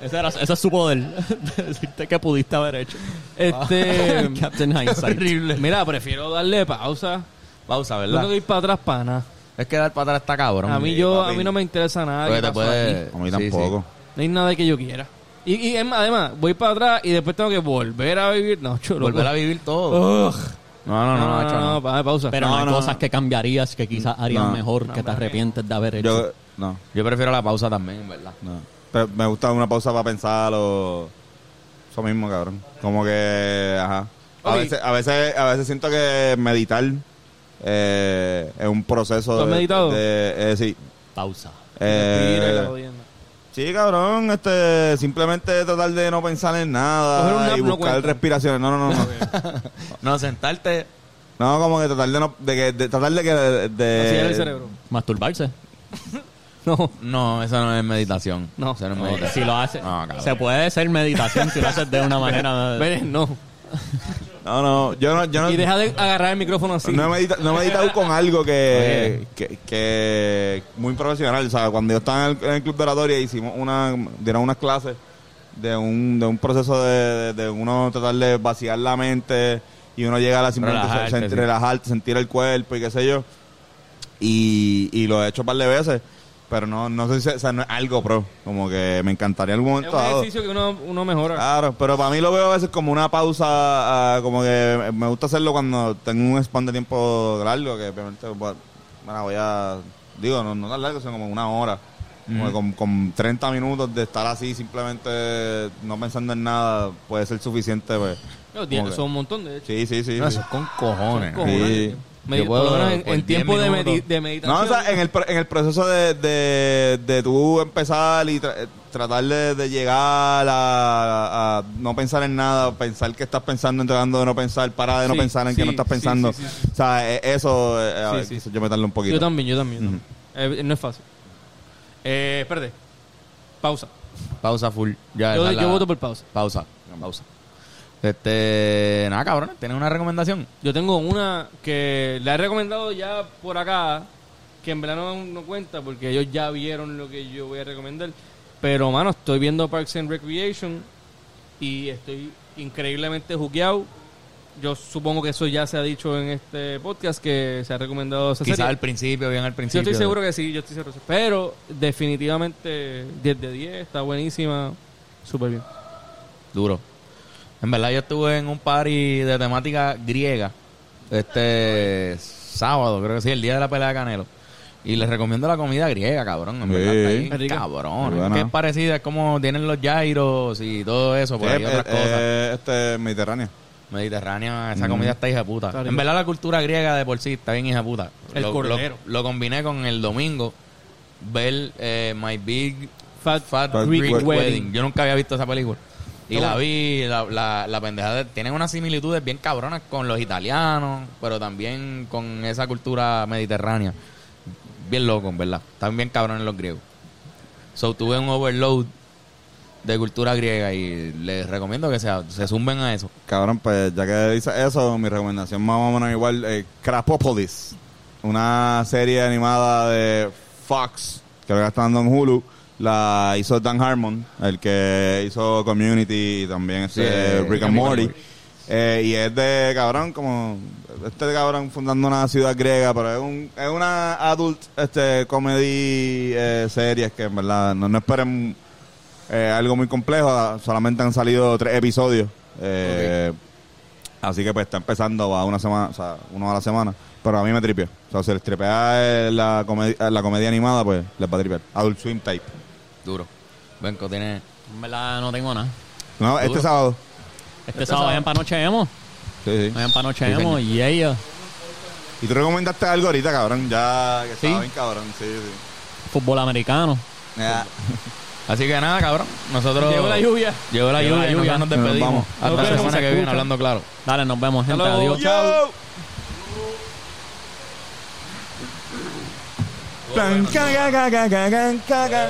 S3: Ese, era, ese es su poder, (laughs) decirte que pudiste haber hecho.
S1: Ah, (laughs)
S4: Este.
S3: (laughs) Captain
S4: (laughs)
S3: Hindsight.
S2: Horrible.
S4: Mira, prefiero darle pausa.
S2: Pausa,
S4: No tengo
S2: ¿verdad?
S4: que ir para atrás para nada.
S2: Es que dar para atrás está cabrón.
S4: A mí, yo, a
S1: papi.
S4: mí no me interesa nada.
S2: Porque
S4: que
S2: te
S4: pasó
S2: puede...
S4: aquí.
S1: A mí
S2: sí, sí.
S1: tampoco.
S4: No hay nada que yo quiera. Y, y es más, además, voy para atrás y después tengo que volver a vivir. No, chulo.
S2: Volver a vivir todo. No, no,
S4: No,
S2: no,
S4: no, no,
S2: macho, no.
S4: pa- pausa.
S3: Pero no,
S1: No,
S3: hay
S1: no.
S3: cosas que cambiarías que quizás harían
S1: No.
S3: mejor, que te arrepientes de haber hecho.
S1: Yo, no,
S2: Yo prefiero la pausa también, en ¿verdad?
S1: no. Pero me gusta una pausa para pensar o. Eso mismo, cabrón. Como que. Ajá. A
S4: Ok.
S1: veces, a veces, a veces siento que meditar eh, es un proceso.
S4: ¿Tú has
S1: de-
S4: meditado?
S1: de- eh, sí.
S3: Pausa.
S1: Eh,
S4: Mira, la jodienda.
S1: Sí, cabrón, este, simplemente tratar de no pensar en nada
S4: Coger un nap
S1: y
S4: no
S1: buscar
S4: cuenta.
S1: respiraciones. No, no, no, no.
S2: (laughs) No, sentarte...
S1: no, como que tratar de no, de que, de- tratar de que, de,
S4: Así
S1: eh,
S4: era el cerebro. (laughs)
S3: Masturbarse.
S4: No.
S2: No, eso no es meditación.
S4: No.
S2: Eso no es
S3: No,
S2: meditación.
S3: si lo haces,
S2: No, cabrón.
S3: se puede hacer meditación si lo haces de una manera.
S4: Pérez, no.
S1: No, no, yo no, yo no,
S4: Y deja de agarrar el micrófono así.
S1: no he medita- no he meditado con algo que, que, que muy profesional. O sea, cuando yo estaba en el, en el club de oratoria hicimos una, dieron unas clases de un, de un proceso de, de, de uno tratar de vaciar la mente y uno llegar a simplemente
S2: Relajarte,
S1: se- se-
S2: sí.
S1: relajarte, sentir el cuerpo y qué sé yo. y, y lo he hecho un par de veces, pero no, no sé si o sea, no es algo pro. Como que me encantaría en algún
S4: Es
S1: momento
S4: un
S1: dado.
S4: ejercicio que uno, uno mejora.
S1: Claro, pero para mí lo veo a veces como una pausa, ah, como que me gusta hacerlo cuando tengo un span de tiempo largo, que obviamente bueno, voy a, digo, no, no tan largo, sino como una hora, como que con, con 30 minutos de estar así simplemente no pensando en nada, puede ser suficiente. Pues.
S4: No, tiene-
S1: Como que-
S4: son un montón de hecho.
S1: Sí, sí, sí.
S2: No,
S1: sí.
S2: eso es con cojones.
S4: Cojones.
S1: Sí.
S4: Me-
S2: Yo
S4: por lo
S2: puedo
S4: menos en,
S2: por 10
S4: en tiempo de,
S2: minutos.
S4: medi- de
S1: No, o
S4: meditación.
S1: sea, en el, pro- en el proceso de, de, de tú empezar y tra- eh, tratar de, de llegar a, a- a no pensar en nada, pensar que estás pensando, entregando de no pensar, para de no
S4: Sí,
S1: pensar en que
S4: sí,
S1: no estás
S4: sí,
S1: pensando.
S4: sí, sí, sí.
S1: O sea, eh, eso, eh, a
S4: Sí,
S1: ver,
S4: sí.
S1: quizás yo meterle un poquito.
S4: Yo también, yo también. yo también. Eh, no es fácil. Eh, espérate. Pausa.
S2: Pausa full. Ya,
S4: Yo,
S2: esa es
S4: yo
S2: la-
S4: voto por pausa.
S2: Pausa. Pausa. Este... Nada, cabrón. ¿Tienes una recomendación?
S4: Yo tengo una que la he recomendado ya por acá, que en verdad no, no cuenta porque ellos ya vieron lo que yo voy a recomendar. Pero, mano, estoy viendo Parks and Recreation y estoy increíblemente jugueado. Yo supongo que eso ya se ha dicho en este podcast, que se ha recomendado esa
S2: Quizás
S4: serie.
S2: al principio, bien al
S4: Yo
S2: principio.
S4: estoy seguro que sí, yo estoy seguro. que sí. Pero definitivamente 10 de 10, está buenísima, súper bien.
S2: Duro. En verdad yo estuve en un party de temática griega este sábado, creo que sí, el día de la pelea de Canelo. Y les recomiendo la comida griega, cabrón. En
S1: Sí.
S2: verdad está bien
S1: Es
S4: rica.
S2: cabrón.
S1: Muy buena.
S2: Que es parecida, es como tienen los gyros y todo eso, por
S1: Eh,
S2: ahí
S1: eh,
S2: otras cosas.
S1: eh, este Mediterráneo.
S2: Mediterránea, esa comida está hija de puta.
S4: Está rico.
S2: En verdad la cultura griega de por sí está bien hija de puta.
S4: El
S2: lo,
S4: cordero.
S2: Lo, lo combiné con el domingo ver eh, My Big
S4: Fat,
S2: Fat
S1: Fat
S2: Greek,
S1: Greek
S2: Wedding.
S4: Wedding.
S2: Yo nunca había visto esa película. Y
S4: Está
S2: la
S4: bueno.
S2: vi, la, la, la pendeja de- tienen unas similitudes bien cabronas con los italianos, pero también con esa cultura mediterránea. Bien loco, en verdad. Están bien cabrones los griegos. So tuve un overload de cultura griega y les recomiendo que se, se zumben a eso.
S1: Cabrón, pues ya que dices eso, mi recomendación más o menos igual, eh, Crapopolis, una serie animada de Fox, que ahora está dando en Hulu, la hizo Dan Harmon, el que hizo Community y también este,
S2: Sí,
S1: Rick and Morty. Eh, y es de cabrón, como este cabrón fundando una ciudad griega, pero es, un, es una adult este, comedy eh, series que en verdad no, no esperen eh, algo muy complejo. ah, Solamente han salido tres episodios. Eh, Así que pues está empezando a una semana, o sea, uno a la semana. Pero a mí me tripió. O sea, si les tripea eh, la, come- eh, la comedia animada, pues les va a tripear. Adult Swim type.
S2: Duro. Benco tiene.
S3: En verdad no tengo nada.
S1: No, este sábado.
S3: Este, sábado vayan para Noche Emo.
S1: Sí, sí.
S3: Vayan para Noche Emo y ellos.
S1: Y tú recomendaste algo ahorita, cabrón. Ya, que
S3: Sí.
S1: estaba bien cabrón. Sí, sí.
S3: Fútbol americano.
S1: Ya.
S2: Así que nada, cabrón. Nosotros.
S4: Llegó la lluvia.
S2: Llegó la
S3: Llegó la
S2: lluvia, y
S3: lluvia.
S2: nosotros nos
S1: Nos
S2: despedimos.
S1: vamos.
S2: Hasta
S4: Nos
S2: la
S4: vemos,
S2: semana
S4: se
S2: que viene,
S4: escucha.
S2: hablando claro.
S3: Dale, nos vemos, gente.
S4: luego.
S3: Adiós.
S1: Chao. Plan, ca, ca, ca, ca, ca, ca, ca, ca.